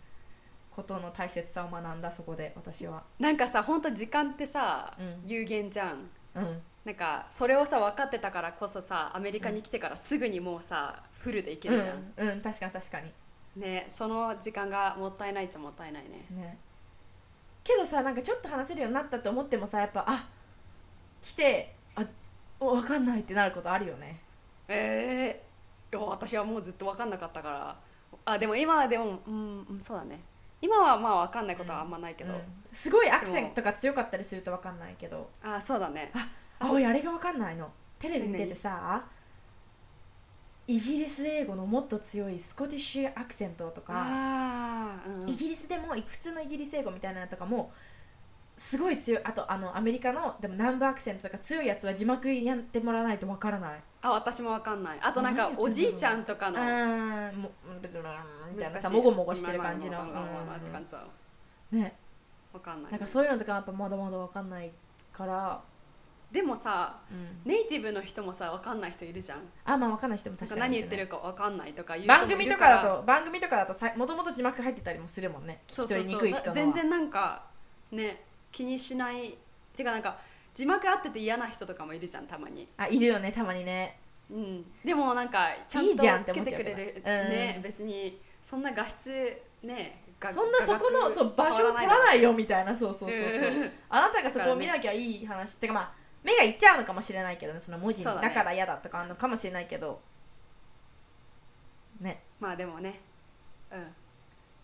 Speaker 2: ことの大切さを学んだそこで私は、
Speaker 1: なんかさ本当時間ってさ、
Speaker 2: うん
Speaker 1: 有限じゃん
Speaker 2: うん、
Speaker 1: なんかそれをさ分かってたからこそさアメリカに来てからすぐにもうさフルでいけるじゃん、
Speaker 2: うん、うん、確かに確かに
Speaker 1: ねその時間がもったいないっちゃもったいないね
Speaker 2: ねけどさなんかちょっと話せるようになったと思ってもさやっぱあ来てあ分かんないってなることあるよね
Speaker 1: えー、いや私はもうずっと分かんなかったからあでも今はでもうんうんそうだね今はまあ分かんないことはあんまないけど、
Speaker 2: うんすごいアクセントが強かったりすると分かんないけど
Speaker 1: あそうだね
Speaker 2: あ俺あれが分かんないのテレビ見ててさイギリス英語のもっと強いスコティッシュアクセントとか
Speaker 1: ああうんうん
Speaker 2: イギリスでも普通のイギリス英語みたいなのとかもすごい強いあとあのアメリカのでも南部アクセントとか強いやつは字幕やってもらわないと分からない
Speaker 1: あ私も分かんないあとなんか
Speaker 2: 何言ってんだろう
Speaker 1: おじいちゃんとか
Speaker 2: う
Speaker 1: の
Speaker 2: ーんもブルブルブルみたいな
Speaker 1: 難
Speaker 2: さ
Speaker 1: しい
Speaker 2: もごもごしてる感じの
Speaker 1: まあまあまあまあまあまあって感
Speaker 2: う
Speaker 1: じだわ
Speaker 2: んね
Speaker 1: 分かんない
Speaker 2: なんかそういうのとかやっぱまだまだ分かんないから、
Speaker 1: でもさ
Speaker 2: うん、
Speaker 1: ネイティブの人もさ分かんない人いるじゃん
Speaker 2: あまあ分かんない人も
Speaker 1: なん
Speaker 2: 確
Speaker 1: か
Speaker 2: かに
Speaker 1: 何言ってるか分かんないとかいう人
Speaker 2: 番
Speaker 1: もい
Speaker 2: 組
Speaker 1: る
Speaker 2: と
Speaker 1: ら
Speaker 2: かだと番組とかだとさもともと字幕入ってたりもするもんね
Speaker 1: そ
Speaker 2: 聞き取り
Speaker 1: うそうそ
Speaker 2: に
Speaker 1: う
Speaker 2: くい人のは
Speaker 1: 全然なんかね気にしないてかなんか字幕あってて嫌な人とかもいるじゃんたまに、
Speaker 2: あいるよねたまにね
Speaker 1: うん、でもなんかちゃん
Speaker 2: いいじゃんって
Speaker 1: とつ
Speaker 2: 思
Speaker 1: け
Speaker 2: っちゃ
Speaker 1: て
Speaker 2: う
Speaker 1: く
Speaker 2: けど
Speaker 1: れ
Speaker 2: う
Speaker 1: る
Speaker 2: ん
Speaker 1: ね別にそんな画質ねが
Speaker 2: そんなそこの
Speaker 1: 画角
Speaker 2: そう場所を取
Speaker 1: 変
Speaker 2: ら
Speaker 1: わ
Speaker 2: ないよみたいなそうそうそう
Speaker 1: う
Speaker 2: そうんあなたがそこを見なきゃいい話てかまあ目がいっちゃうのかもしれないけどねその文字に
Speaker 1: そう
Speaker 2: だ,、
Speaker 1: だね
Speaker 2: から嫌だとかあるのかもしれないけどね
Speaker 1: まあでもねうん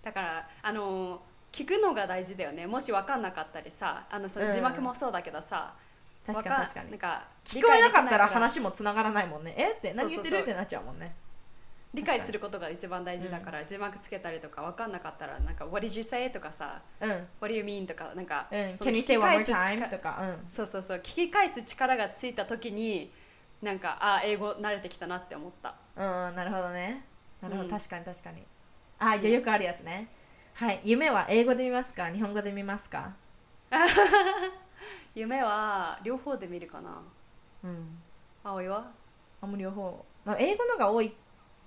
Speaker 1: だからあのー聞くのが大事だよねもし分かんなかったりさあのその字幕もそうだけどさ、
Speaker 2: 確か
Speaker 1: わ
Speaker 2: に確か
Speaker 1: なん
Speaker 2: に
Speaker 1: か
Speaker 2: 聞こえなかったら
Speaker 1: 理解できないから
Speaker 2: 話もつながらないもんねえって何言って
Speaker 1: そうそうそ
Speaker 2: る
Speaker 1: う
Speaker 2: ってなっちゃうもんね
Speaker 1: 理解することが一番大事だから、字幕つけたりとか分かんなかったらなんか「What did you say?」とかさ
Speaker 2: うんうん
Speaker 1: 「What do you mean?」とかなんか、
Speaker 2: 「Can
Speaker 1: の
Speaker 2: you
Speaker 1: 聞
Speaker 2: say
Speaker 1: き
Speaker 2: one
Speaker 1: 返
Speaker 2: more
Speaker 1: す
Speaker 2: time?」と
Speaker 1: 力
Speaker 2: かうん
Speaker 1: そうそうそう聞き返す力がついた時になんかあ英語慣れてきたなって思った
Speaker 2: うんなるほどねなるほど、
Speaker 1: うん
Speaker 2: 確かに確かにあじゃあよくあるやつね、はい夢は英語で見ますか日本語で見ますか
Speaker 1: 夢は両方で見るかな
Speaker 2: うん
Speaker 1: 葵は
Speaker 2: あもう両方、まあ、英語のが多い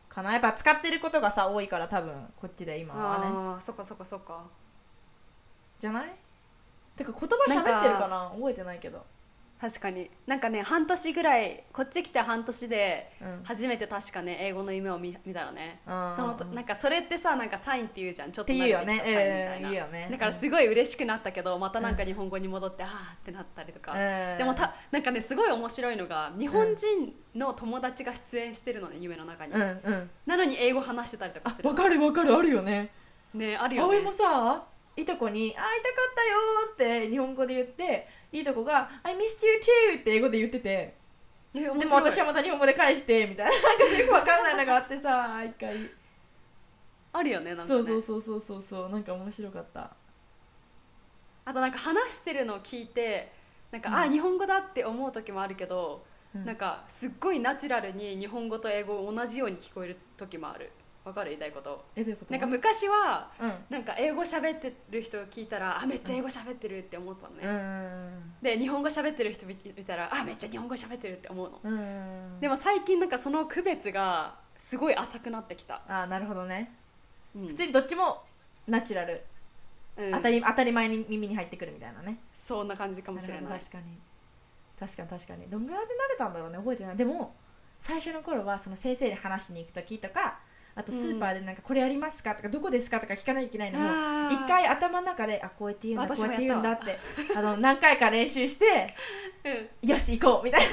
Speaker 2: かなやっぱ使ってることがさ多いから多分こっちで今はね
Speaker 1: ああそっかそっかそっか
Speaker 2: じゃないてか言葉喋ってるかな覚えてないけど、
Speaker 1: 確かになんかね半年ぐらいこっち来て半年で
Speaker 2: うん、
Speaker 1: 初めて確かね英語の夢を見見たのね
Speaker 2: あー
Speaker 1: そのと
Speaker 2: うん
Speaker 1: なんかそれってさなんかサインって言うじゃんちょっ
Speaker 2: っ
Speaker 1: と
Speaker 2: て
Speaker 1: 慣
Speaker 2: 言うよ
Speaker 1: れてき
Speaker 2: ね
Speaker 1: たサインみた
Speaker 2: えー
Speaker 1: いな、
Speaker 2: 言うよね
Speaker 1: だからすごい嬉しくなったけどまたなんか日本語に戻って、ああってなったりとか、
Speaker 2: うん
Speaker 1: でもたなんかねすごい面白いのが日本人の友達が出演してるのね夢の中に、
Speaker 2: うんうん
Speaker 1: なのに英語話してたりとか
Speaker 2: あ
Speaker 1: する
Speaker 2: わかるわかるあるよね
Speaker 1: ねあるよ
Speaker 2: 葵
Speaker 1: ね
Speaker 2: もさいとこに「会いたかったよ」って日本語で言っていとこが「I missed you too」って英語で言ってて
Speaker 1: え面白い
Speaker 2: でも私はまた日本語で返してみたいななんかよくわかんないのがあってさ一回、
Speaker 1: あるよねなんか
Speaker 2: そ
Speaker 1: ね
Speaker 2: うそうそうそうそうそうなんか面白かった
Speaker 1: あとなんか話してるのを聞いてなんか、
Speaker 2: うん
Speaker 1: あー日本語だって思う時もあるけど、
Speaker 2: うん
Speaker 1: なんかすっごいナチュラルに日本語と英語同じように聞こえる時もあるわかる言いたいこと
Speaker 2: えどういうこと
Speaker 1: なんか昔は
Speaker 2: うん
Speaker 1: なんか英語喋ってる人を聞いたらあめっちゃ英語喋ってるって思ったのね、
Speaker 2: うん
Speaker 1: で日本語喋ってる人見見たらあめっちゃ日本語喋ってるって思うの、
Speaker 2: うん
Speaker 1: でも最近なんかその区別がすごい浅くなってきた、
Speaker 2: あなるほどね
Speaker 1: うん
Speaker 2: 普通にどっちもナチュラル、
Speaker 1: うん
Speaker 2: 当たり当たり前に耳に入ってくるみたいなね
Speaker 1: そんな感じかもしれ
Speaker 2: るほ
Speaker 1: な
Speaker 2: ど
Speaker 1: い
Speaker 2: 確かに確かに確かにどんぐらいで慣れたんだろうね覚えてないでも最初の頃はその先生に話しに行く時とかあとスーパーでなんかこれありますかとかどこですかとか聞かなきゃいけないのも
Speaker 1: あー
Speaker 2: 一回頭の中であこうやって言うんだこ
Speaker 1: 私
Speaker 2: う
Speaker 1: も
Speaker 2: やっ
Speaker 1: やってた
Speaker 2: 言うんだってあの何回か練習して
Speaker 1: うん
Speaker 2: よし行こうみたいな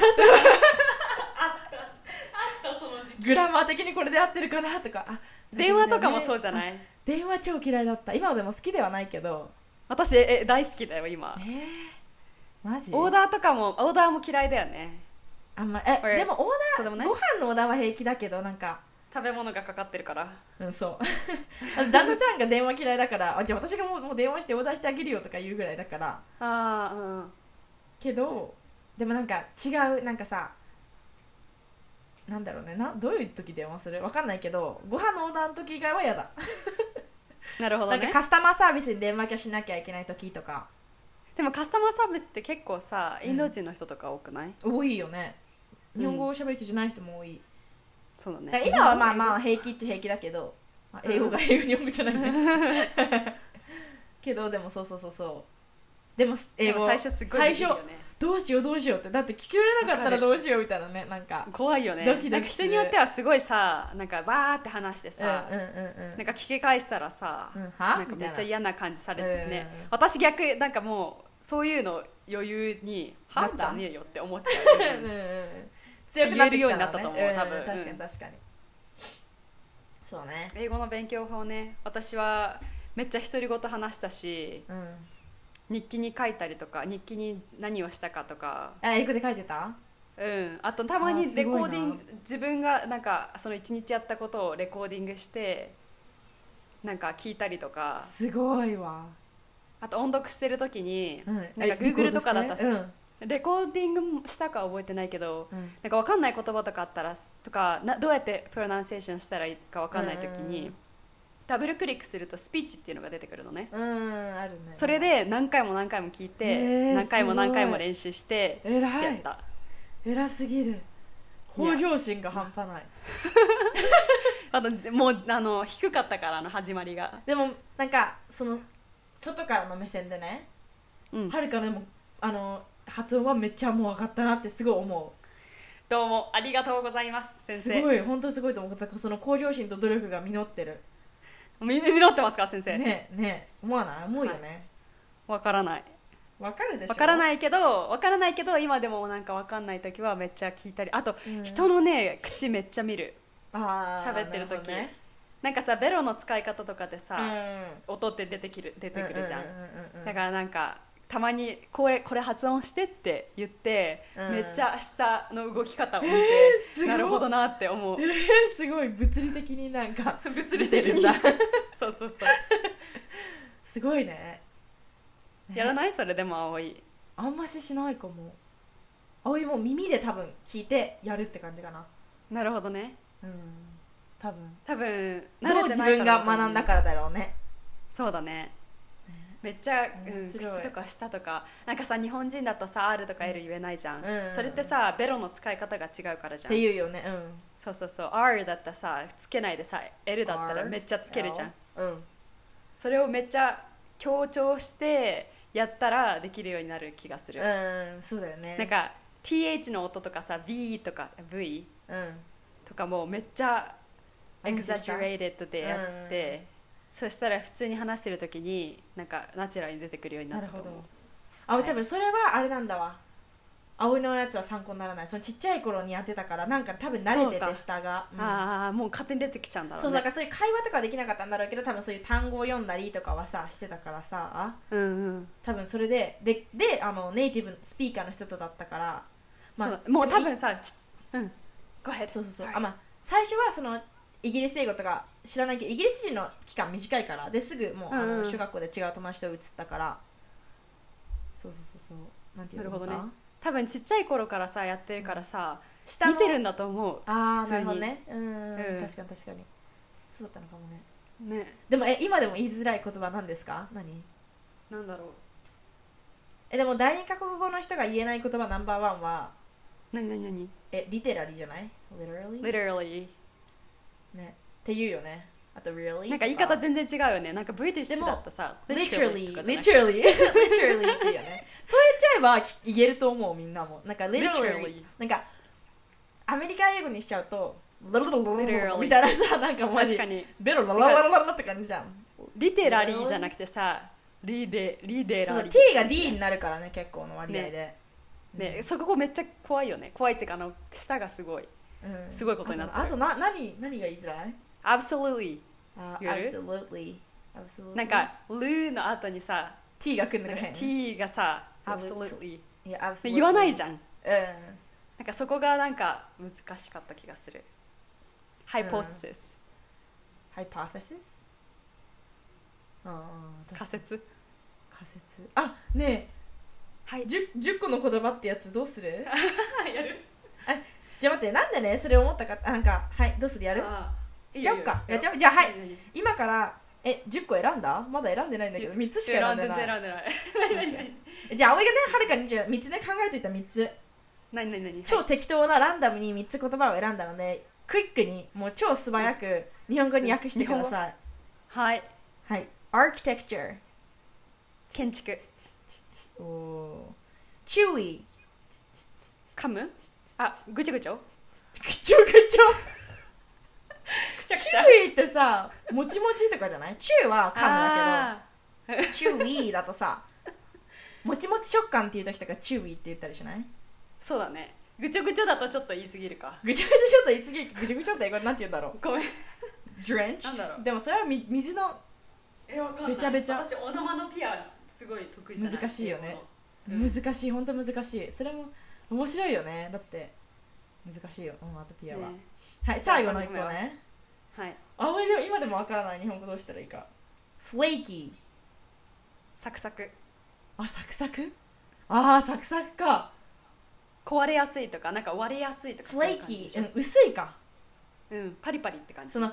Speaker 1: その時期
Speaker 2: グラマー的にこれで合ってるかなとかあ
Speaker 1: 電話とかもそうじゃ
Speaker 2: い
Speaker 1: ない
Speaker 2: 電話超嫌いだった今でも好きではないけど
Speaker 1: 私え大好きだよ今
Speaker 2: えー、マジ
Speaker 1: オーダーとかもオーダーも嫌いだよね
Speaker 2: あんまえ
Speaker 1: これ
Speaker 2: でもオー
Speaker 1: そうで
Speaker 2: ダ
Speaker 1: も
Speaker 2: ー、
Speaker 1: ね
Speaker 2: ご飯のオーダーは平気だけどなんか
Speaker 1: 食べ物がかかってるから
Speaker 2: うん、そう あの旦那さんが電話嫌いだからあじゃあ私がもうもう電話してオーダーしてあげるよとか言うぐらいだから
Speaker 1: ああうん
Speaker 2: けどでもなんか違うなんかさなんだろうねなどういう時電話するわかんないけどご飯のオーダーの時以外は嫌だ、
Speaker 1: なるほど
Speaker 2: なんか
Speaker 1: ね
Speaker 2: カスタマーサービスに電話しなきゃいけない時とか
Speaker 1: でもカスタマーサービスって結構さインド人の人とか多くない、
Speaker 2: 多いよね
Speaker 1: うん
Speaker 2: 日本語を喋る人じゃない人も多い、
Speaker 1: そうだね
Speaker 2: だから今はまあまあ平気っちゃ平気だけど、まあ英語が英語日本語じゃないね けどでもそうそうそうそうでも英
Speaker 1: でも
Speaker 2: 語
Speaker 1: 最初すっごいビビる
Speaker 2: 最
Speaker 1: よ
Speaker 2: 初
Speaker 1: ね
Speaker 2: どうしようどうしようってだって聞き取れなかったらどうしようみたいなねなんか
Speaker 1: 怖いよね
Speaker 2: ドキドキ
Speaker 1: なんか
Speaker 2: す
Speaker 1: 人
Speaker 2: る
Speaker 1: によってはすごいさなんかバーって話してさ、
Speaker 2: うんうんうんうん
Speaker 1: なんか聞き返したらさ、
Speaker 2: うん
Speaker 1: な
Speaker 2: は
Speaker 1: んか
Speaker 2: みた
Speaker 1: め
Speaker 2: い
Speaker 1: っ
Speaker 2: な
Speaker 1: ちゃ嫌な感じされてね、
Speaker 2: うん
Speaker 1: 私逆なんかもうそういうの余裕に「
Speaker 2: なっ
Speaker 1: は
Speaker 2: ちゃう
Speaker 1: じゃねえよ」って思っちゃう
Speaker 2: うんうんうん強くなってきたのね
Speaker 1: 言えるようになったと思う多分
Speaker 2: ん確か
Speaker 1: う
Speaker 2: に
Speaker 1: ん
Speaker 2: 確かにそうね
Speaker 1: 英語の勉強法ね私はめっちゃ独り言話したし
Speaker 2: うん
Speaker 1: 日記に書いたりとか日記に何をしたかとか、
Speaker 2: あ英語で書いてた
Speaker 1: うん、あとたまにレコーディン
Speaker 2: あーす
Speaker 1: グ自分がなんかその一日やったことをレコーディングしてなんか聞いたりとか
Speaker 2: すごいわ
Speaker 1: あと音読してる時に、
Speaker 2: うん
Speaker 1: なんか Google とかだったら
Speaker 2: うんうん
Speaker 1: レコーディングもしたかは覚えてないけどなんか分かんない言葉とかあったらとかなどうやってプロナンセーションしたらいいか分かんない時
Speaker 2: うんうんう
Speaker 1: に
Speaker 2: ん
Speaker 1: ダブルクリックするとスピーチっていうのが出てくるのね。
Speaker 2: うんあるね
Speaker 1: それで何回も何回も聞いて、
Speaker 2: へー
Speaker 1: 何回も
Speaker 2: すごい
Speaker 1: 何回も練習して
Speaker 2: え
Speaker 1: って
Speaker 2: ら
Speaker 1: やっ
Speaker 2: い
Speaker 1: た、
Speaker 2: 偉すぎる向上心が半端ない
Speaker 1: あともうあの低かったからあの始まりが、
Speaker 2: でもなんかその外からの目線でね
Speaker 1: うん
Speaker 2: はるかでもあの発音はめっちゃもう上がったなってすごい思う
Speaker 1: どうもありがとうございます先
Speaker 2: す
Speaker 1: 生
Speaker 2: ごい本当にすごいと思ったその向上心と努力が実ってる
Speaker 1: み実ってますか先生、
Speaker 2: ねね思わない思うよね
Speaker 1: わからない
Speaker 2: わ、かるでしょ
Speaker 1: わから
Speaker 2: い、
Speaker 1: ないけどわからないけど今でもなんかわかんない時はめっちゃ聞いたりあと、
Speaker 2: うん
Speaker 1: 人のね口めっちゃ見る
Speaker 2: あー
Speaker 1: 喋ってる時
Speaker 2: な
Speaker 1: なんかさベロの使い方とかでさ
Speaker 2: ほど、ね
Speaker 1: 音って出てきる出てくるじゃん,、
Speaker 2: うううう
Speaker 1: だからなんかたまにこれこれ発音してって言って、
Speaker 2: うん
Speaker 1: めっちゃ下の動き方を見て、
Speaker 2: すごい
Speaker 1: なるほどなって思う
Speaker 2: えー すごい物理的になんか
Speaker 1: 物理的に
Speaker 2: 見てるん だ
Speaker 1: そうそうそう
Speaker 2: すごいね
Speaker 1: やら
Speaker 2: い
Speaker 1: ないそれでも葵
Speaker 2: あんまししないかも葵も耳で多分聞いてやるって感じかな
Speaker 1: なるほどね
Speaker 2: うん多分
Speaker 1: 多分慣れて
Speaker 2: どう自分が
Speaker 1: だと思
Speaker 2: 学んだからだろうね
Speaker 1: そうだねめっちゃ、うん、
Speaker 2: 面
Speaker 1: 口
Speaker 2: 白い
Speaker 1: とか舌とかなんかさ日本人だとさ R とか L 言えないじゃん、
Speaker 2: うん
Speaker 1: それってさベロの使い方が違うからじ
Speaker 2: っ
Speaker 1: ゃん
Speaker 2: ていうよね
Speaker 1: そうそうそう R だったらさつけないでさ L だったら
Speaker 2: R
Speaker 1: めっちゃつけるじゃん
Speaker 2: うんうん
Speaker 1: それをめっちゃ強調してやったらできるようになる気がする、
Speaker 2: うんそうだよね
Speaker 1: なんか TH の音とかさ B とか V
Speaker 2: うん
Speaker 1: とかもめっちゃエ
Speaker 2: 練
Speaker 1: グ
Speaker 2: 習
Speaker 1: ザ
Speaker 2: した
Speaker 1: ジュレイテッドでやって、そしたら普通に話してる時になんかナチュラルに出てくるようにな
Speaker 2: な
Speaker 1: っ
Speaker 2: る
Speaker 1: た
Speaker 2: ほ
Speaker 1: と
Speaker 2: ど
Speaker 1: 思う
Speaker 2: あ
Speaker 1: はい
Speaker 2: 多分それはあれなんだわ葵のやつは参考にならないそのちっちゃい頃にやってたからなんか多分慣れて
Speaker 1: そう
Speaker 2: て
Speaker 1: か
Speaker 2: 下がうん
Speaker 1: ああもう勝手に出てきちゃうんだろ
Speaker 2: そううだ
Speaker 1: ね
Speaker 2: からそういう会話とかできなかったんだろうけど多分そういう単語を読んだりとかはさしてたからさ
Speaker 1: うんうん
Speaker 2: 多分それででであのネイティブスピーカーの人とだったからまあ
Speaker 1: そうもう多分さちうんごめん
Speaker 2: そうそうそうあまあ最初はそのイギリス英語とか知らないけどイギリス人の期間短いからですぐもう、あ
Speaker 1: うんう
Speaker 2: の
Speaker 1: ん
Speaker 2: 小学校で違う友達と移ったからそうそうそうそうなんていうの
Speaker 1: なるほどね
Speaker 2: だった
Speaker 1: 多分ちっちゃい頃からさやってるからさ、
Speaker 2: 下の
Speaker 1: 見てるんだと思う
Speaker 2: あ
Speaker 1: 普
Speaker 2: あ
Speaker 1: 通
Speaker 2: な
Speaker 1: に
Speaker 2: るほどねうん、
Speaker 1: うん
Speaker 2: 確かに確かにそうだったのかもね
Speaker 1: ね
Speaker 2: でもえ今でも言いづらい言葉なんですか何
Speaker 1: なんだろう
Speaker 2: えでも第二カ国語の人が言えない言葉ナンバーワンは
Speaker 1: 何何何
Speaker 2: えリテラリーじゃない literally
Speaker 1: literally
Speaker 2: ねって言うよねあと really
Speaker 1: なんか言い方全然違うよねなんかブリティッシュだったさ
Speaker 2: literally literally
Speaker 1: とか
Speaker 2: literally
Speaker 1: じゃな
Speaker 2: って
Speaker 1: い
Speaker 2: いうよねそう言っちゃえばき言えると思うみんなもなんか literally
Speaker 1: Literally
Speaker 2: なんかアメリカ英語にしちゃうと
Speaker 1: Literally
Speaker 2: みたいなさなんかマジ
Speaker 1: 確かに
Speaker 2: ベロラララララって感じじゃん
Speaker 1: リテラリーじゃなくてさリデリデ
Speaker 2: そ
Speaker 1: ラ
Speaker 2: う
Speaker 1: リー
Speaker 2: T が D になるからね結構の割合で、
Speaker 1: ね、そこめっちゃ怖いよね怖いっていうかあの舌がすごい
Speaker 2: うん
Speaker 1: すごいことになってる
Speaker 2: あとあとな何何が言いづらい
Speaker 1: Absolutely
Speaker 2: あ
Speaker 1: 言える
Speaker 2: absolutely absolutely
Speaker 1: なんか「ルー」の後にさ
Speaker 2: T が来んの
Speaker 1: な
Speaker 2: が
Speaker 1: んか
Speaker 2: 変
Speaker 1: T がさ「
Speaker 2: Absolutely
Speaker 1: Absolutely
Speaker 2: いや」absolutely
Speaker 1: 言わないじゃん
Speaker 2: うん
Speaker 1: なんかそこがなんか難しかった気がする Hypothesis、
Speaker 2: hypothesis? ああ、確かに
Speaker 1: 仮説
Speaker 2: 仮説。あ、ね
Speaker 1: は
Speaker 2: え、
Speaker 1: い
Speaker 2: 10, 10個の言葉ってやつどうする
Speaker 1: やる
Speaker 2: じゃあ待って、なんでね、それ思ったか、あなんか、はい、どうするやる
Speaker 1: あ
Speaker 2: しちゃおうか。
Speaker 1: いい
Speaker 2: やっ
Speaker 1: よ
Speaker 2: ちゃおうじゃあ、はい、
Speaker 1: い
Speaker 2: 今から、え、10個選んだまだ選んでないんだけど、3つしか選んで
Speaker 1: 全然
Speaker 2: な
Speaker 1: 選んでない
Speaker 2: い。じゃあ、葵がね、はるかにじゃあ3つね、考えといた3つ。
Speaker 1: 何何何
Speaker 2: 超適当なランダムに3つ言葉を選んだので、クイックに、もう超素早く、日本語に訳してください。
Speaker 1: はい
Speaker 2: はい。architecture。
Speaker 1: 建築
Speaker 2: おお。chewy。
Speaker 1: 噛むあぐちゃぐちゃ
Speaker 2: くちょくちょ。
Speaker 1: くちゃく
Speaker 2: チ
Speaker 1: ちゃ
Speaker 2: ューイってさ、もちもちとかじゃないチューは噛むんだけ
Speaker 1: あ
Speaker 2: ど、チューイだとさ、もちもち食感っていう時とかチューイって言ったりしない
Speaker 1: ーそうだねぐちゃぐちゃだとちょっと言い過ぎるか
Speaker 2: ぐちゃぐちゃちょっと言い過ぎ、ぐちゃぐちゃって英語でなんて言うんだろ
Speaker 1: ごめん
Speaker 2: う。d r e n c
Speaker 1: なんだろ
Speaker 2: h
Speaker 1: う
Speaker 2: でもそれはみ水の
Speaker 1: えわかんない
Speaker 2: べちゃべちゃ
Speaker 1: 私オノマノピアすごい得意じゃない
Speaker 2: 難しいよね
Speaker 1: うん
Speaker 2: 難しい、ほんと難しい。それも面白いよね。だって、難しいよ、オノマトピ
Speaker 1: ね
Speaker 2: アは。はい、最後の1個
Speaker 1: じゃあ三個目
Speaker 2: ね。
Speaker 1: はい
Speaker 2: あおいでも今でもわからない日本語どうしたらいいか。flaky。
Speaker 1: サクサク
Speaker 2: あ、サクサクああ、サクサクか。
Speaker 1: 壊れやすいとかなんか割れやすいとかそういう感じ
Speaker 2: flaky
Speaker 1: でしょ。
Speaker 2: うん薄いか。
Speaker 1: うんパリパリって感じ
Speaker 2: その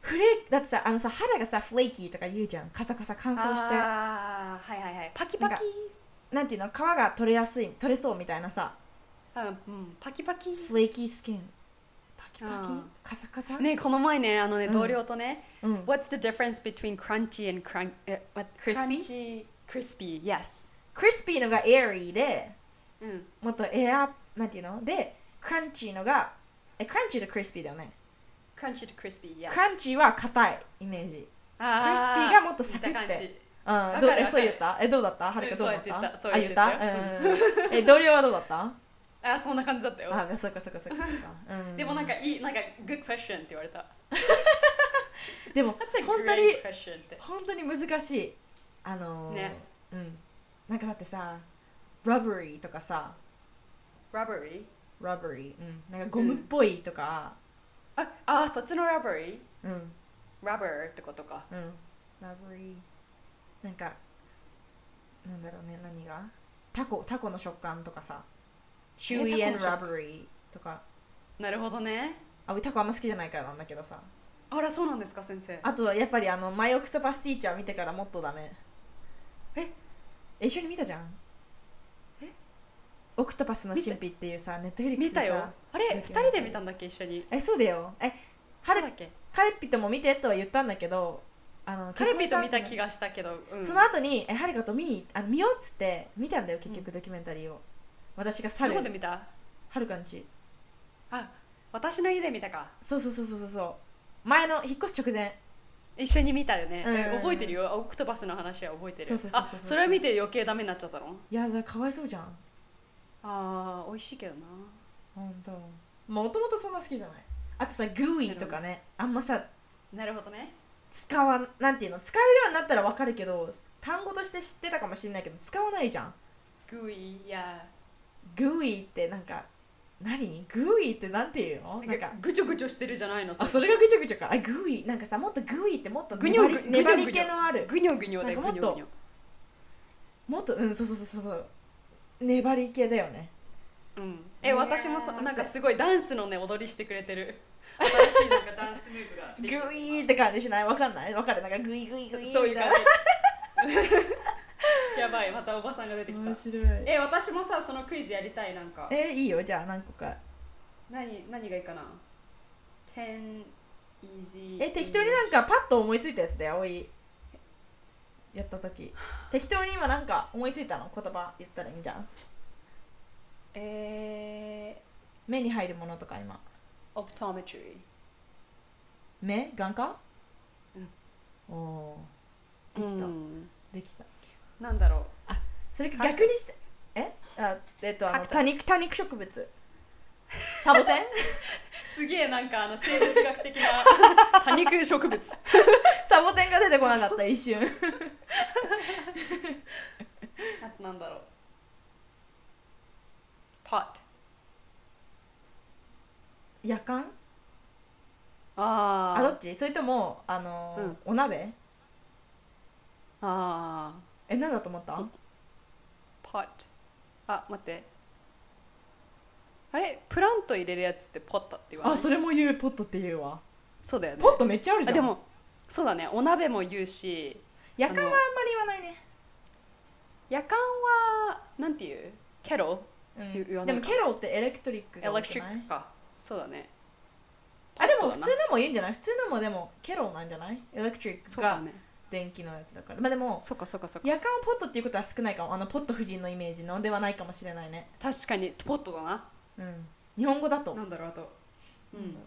Speaker 2: フレーだってさあのさ肌がさフレーキーとか言うじゃんカサカサ乾燥して
Speaker 1: あーはいはいはいパキパ
Speaker 2: なん
Speaker 1: キ
Speaker 2: なんていうの皮が取れやすい取れそうみたいなさ
Speaker 1: うんうんパキパキ
Speaker 2: フレーキースキンパキパキ
Speaker 1: うん
Speaker 2: カサカサ、
Speaker 1: ねこの前ねあのね
Speaker 2: うん
Speaker 1: 同僚とね
Speaker 2: うん、
Speaker 1: What's the difference between crunchy and crun え what
Speaker 2: Crispy?
Speaker 1: crispy yes
Speaker 2: クリスピーのがエアリーで
Speaker 1: うん
Speaker 2: もっとエアなんていうのでクランチーのがえクランチーとクリスピーだよね
Speaker 1: crunchy to crispy yes
Speaker 2: クランチーは硬いイメージ
Speaker 1: あ
Speaker 2: crispy がもっとサクって
Speaker 1: 見た感じ
Speaker 2: うん
Speaker 1: る
Speaker 2: どう
Speaker 1: わか
Speaker 2: え
Speaker 1: る
Speaker 2: そう言ったえどうだったはるか
Speaker 1: うん
Speaker 2: どうだった
Speaker 1: そう言ってたそ
Speaker 2: あ
Speaker 1: う言
Speaker 2: 言ったうんえ同僚はどうだったあ
Speaker 1: あそんな感じだったよ
Speaker 2: そっかそっかそ っかそっか、うん、
Speaker 1: でもなんかいいなんか good question って言われた
Speaker 2: でも
Speaker 1: That's a
Speaker 2: 本当に
Speaker 1: great question って
Speaker 2: 本当に難しいあのー
Speaker 1: ね
Speaker 2: うんなんかだってさ rubbery とかさ
Speaker 1: rubbery
Speaker 2: rubbery、うん、なんかゴムっぽいとか
Speaker 1: ああそっちの rubbery
Speaker 2: うんうん、
Speaker 1: rubber ってことか
Speaker 2: rubbery なんかなんだろうね何がタコタコの食感とかさ chewy
Speaker 1: え
Speaker 2: and
Speaker 1: タコの食
Speaker 2: rubbery とか
Speaker 1: なるほどね
Speaker 2: あ俺タコあんま好きじゃないからなんだけどさ
Speaker 1: あらそうなんですか先生
Speaker 2: あとはやっぱりあのマイオクトパスティーチャー見てからもっとダメ
Speaker 1: え
Speaker 2: え一緒に見たじゃん
Speaker 1: え
Speaker 2: オクトパスの神秘っていうさネットフリックス
Speaker 1: 見たよあれ
Speaker 2: だけ
Speaker 1: 二人で見たんだっけ一緒に
Speaker 2: えそうだよえ
Speaker 1: そ
Speaker 2: は
Speaker 1: う
Speaker 2: る
Speaker 1: だっけ
Speaker 2: カレッピとも見てとは言ったんだけどあの
Speaker 1: カルピと見た
Speaker 2: 結婚した後に
Speaker 1: 気がしたけど、うん、
Speaker 2: その後にえはるかと見にあの見ようっつって見たんだよ結局ドキュメンタリーを、私が
Speaker 1: ど
Speaker 2: 猿
Speaker 1: こで見た
Speaker 2: はるかんち
Speaker 1: あ私の家で見たか
Speaker 2: そうそうそうそうそうそう前の引っ越す直前
Speaker 1: 一緒に見たよね、
Speaker 2: うん
Speaker 1: え覚えてるよオクトパスの話は覚えてる
Speaker 2: そうそうそうそうそう
Speaker 1: あそれを見て余計ダメになっちゃったの
Speaker 2: いやだかわいそうじゃん
Speaker 1: あー美味しいけどな
Speaker 2: 本当。もともとそんな好きじゃないあとさグーイとかねあんまさ
Speaker 1: なるほどね
Speaker 2: 使わんなんていうの使うようになったらわかるけど単語として知ってたかもしれないけど使わないじゃん
Speaker 1: グイや
Speaker 2: グイってなんか何グイってなんていうの
Speaker 1: な
Speaker 2: なんんか
Speaker 1: かぐちょぐちょしてるじゃないの
Speaker 2: あそれがぐちょぐちょかあグイなんかさもっとグイってもっと
Speaker 1: ぐ
Speaker 2: 粘
Speaker 1: にょぐ
Speaker 2: り
Speaker 1: ぐにょぐ
Speaker 2: 粘
Speaker 1: にょ
Speaker 2: り気のある
Speaker 1: ぐにょぐにょで
Speaker 2: な
Speaker 1: ぐ
Speaker 2: ん
Speaker 1: に
Speaker 2: か
Speaker 1: ょ
Speaker 2: もっ
Speaker 1: ぐ
Speaker 2: と
Speaker 1: にょ
Speaker 2: もっとうんそうそうそうそうそう粘り系だよね
Speaker 1: うん、え
Speaker 2: ねー
Speaker 1: 私もそなんかすごいダンスのね踊りしてくれてる新しいなんかダンスムーブが
Speaker 2: グ
Speaker 1: できる
Speaker 2: イーって感じしないわかんないわかるなんかグイグイグイ
Speaker 1: そういう
Speaker 2: みた
Speaker 1: 感
Speaker 2: い
Speaker 1: じやばいまたおばさんが出てき
Speaker 2: な
Speaker 1: た
Speaker 2: 面白い
Speaker 1: え私もさそのクイズやりたいなんか
Speaker 2: えいいよじゃあ何個か
Speaker 1: 何何がいいかな ?10 easy
Speaker 2: え適当になんかパッと思いついたやつだよ葵やった時適当に今なんか思いついたの言葉言ったらいいんじゃん
Speaker 1: え
Speaker 2: 目に入るものとか今
Speaker 1: ー、optometry
Speaker 2: 目眼科
Speaker 1: う
Speaker 2: お
Speaker 1: ん
Speaker 2: おーできた、
Speaker 1: うん
Speaker 2: できた
Speaker 1: なんだろう
Speaker 2: それ
Speaker 1: カク
Speaker 2: 逆
Speaker 1: タ
Speaker 2: にしえあえっとあ
Speaker 1: カ
Speaker 2: の
Speaker 1: クタス
Speaker 2: 多肉多肉植物サボテン
Speaker 1: すげえなんかあの生物学的な 多肉植物
Speaker 2: サボテンが出てこなかった一瞬
Speaker 1: あとなんだろう pot
Speaker 2: 夜間
Speaker 1: あ
Speaker 2: あどっちそれともあのー
Speaker 1: うん
Speaker 2: お鍋
Speaker 1: あ
Speaker 2: え何だと思った
Speaker 1: ん pot あ待ってあれプラント入れるやつってポットって言わない
Speaker 2: あそれも言うポットって言うわ
Speaker 1: そうだよね
Speaker 2: ポットめっちゃあるじ
Speaker 1: あ
Speaker 2: ゃん
Speaker 1: でもそうだねお鍋も言うし
Speaker 2: 夜間はあんまり言わないね
Speaker 1: 夜間はなんていうケロ言言わな
Speaker 2: で
Speaker 1: いか
Speaker 2: もケロってエレクトリック
Speaker 1: エ
Speaker 2: が
Speaker 1: レ
Speaker 2: 多く
Speaker 1: クトリ
Speaker 2: な
Speaker 1: ッ
Speaker 2: い
Speaker 1: クかそうだね
Speaker 2: あでも
Speaker 1: ポッ
Speaker 2: 普
Speaker 1: ト
Speaker 2: 通
Speaker 1: だ
Speaker 2: の
Speaker 1: な
Speaker 2: もいいんじゃない普通のもでもケロなんじゃないエレクトリッ
Speaker 1: そ
Speaker 2: ク
Speaker 1: うだ
Speaker 2: が
Speaker 1: ね
Speaker 2: 電気のやつだからまあでも
Speaker 1: そうかそうかそうか
Speaker 2: 夜間をポットっていうことは少ないかもあのポット夫人のイメージのではないかもしれないね
Speaker 1: 確かにポットだな
Speaker 2: うん日本語だと
Speaker 1: なんだろうあとうん
Speaker 2: で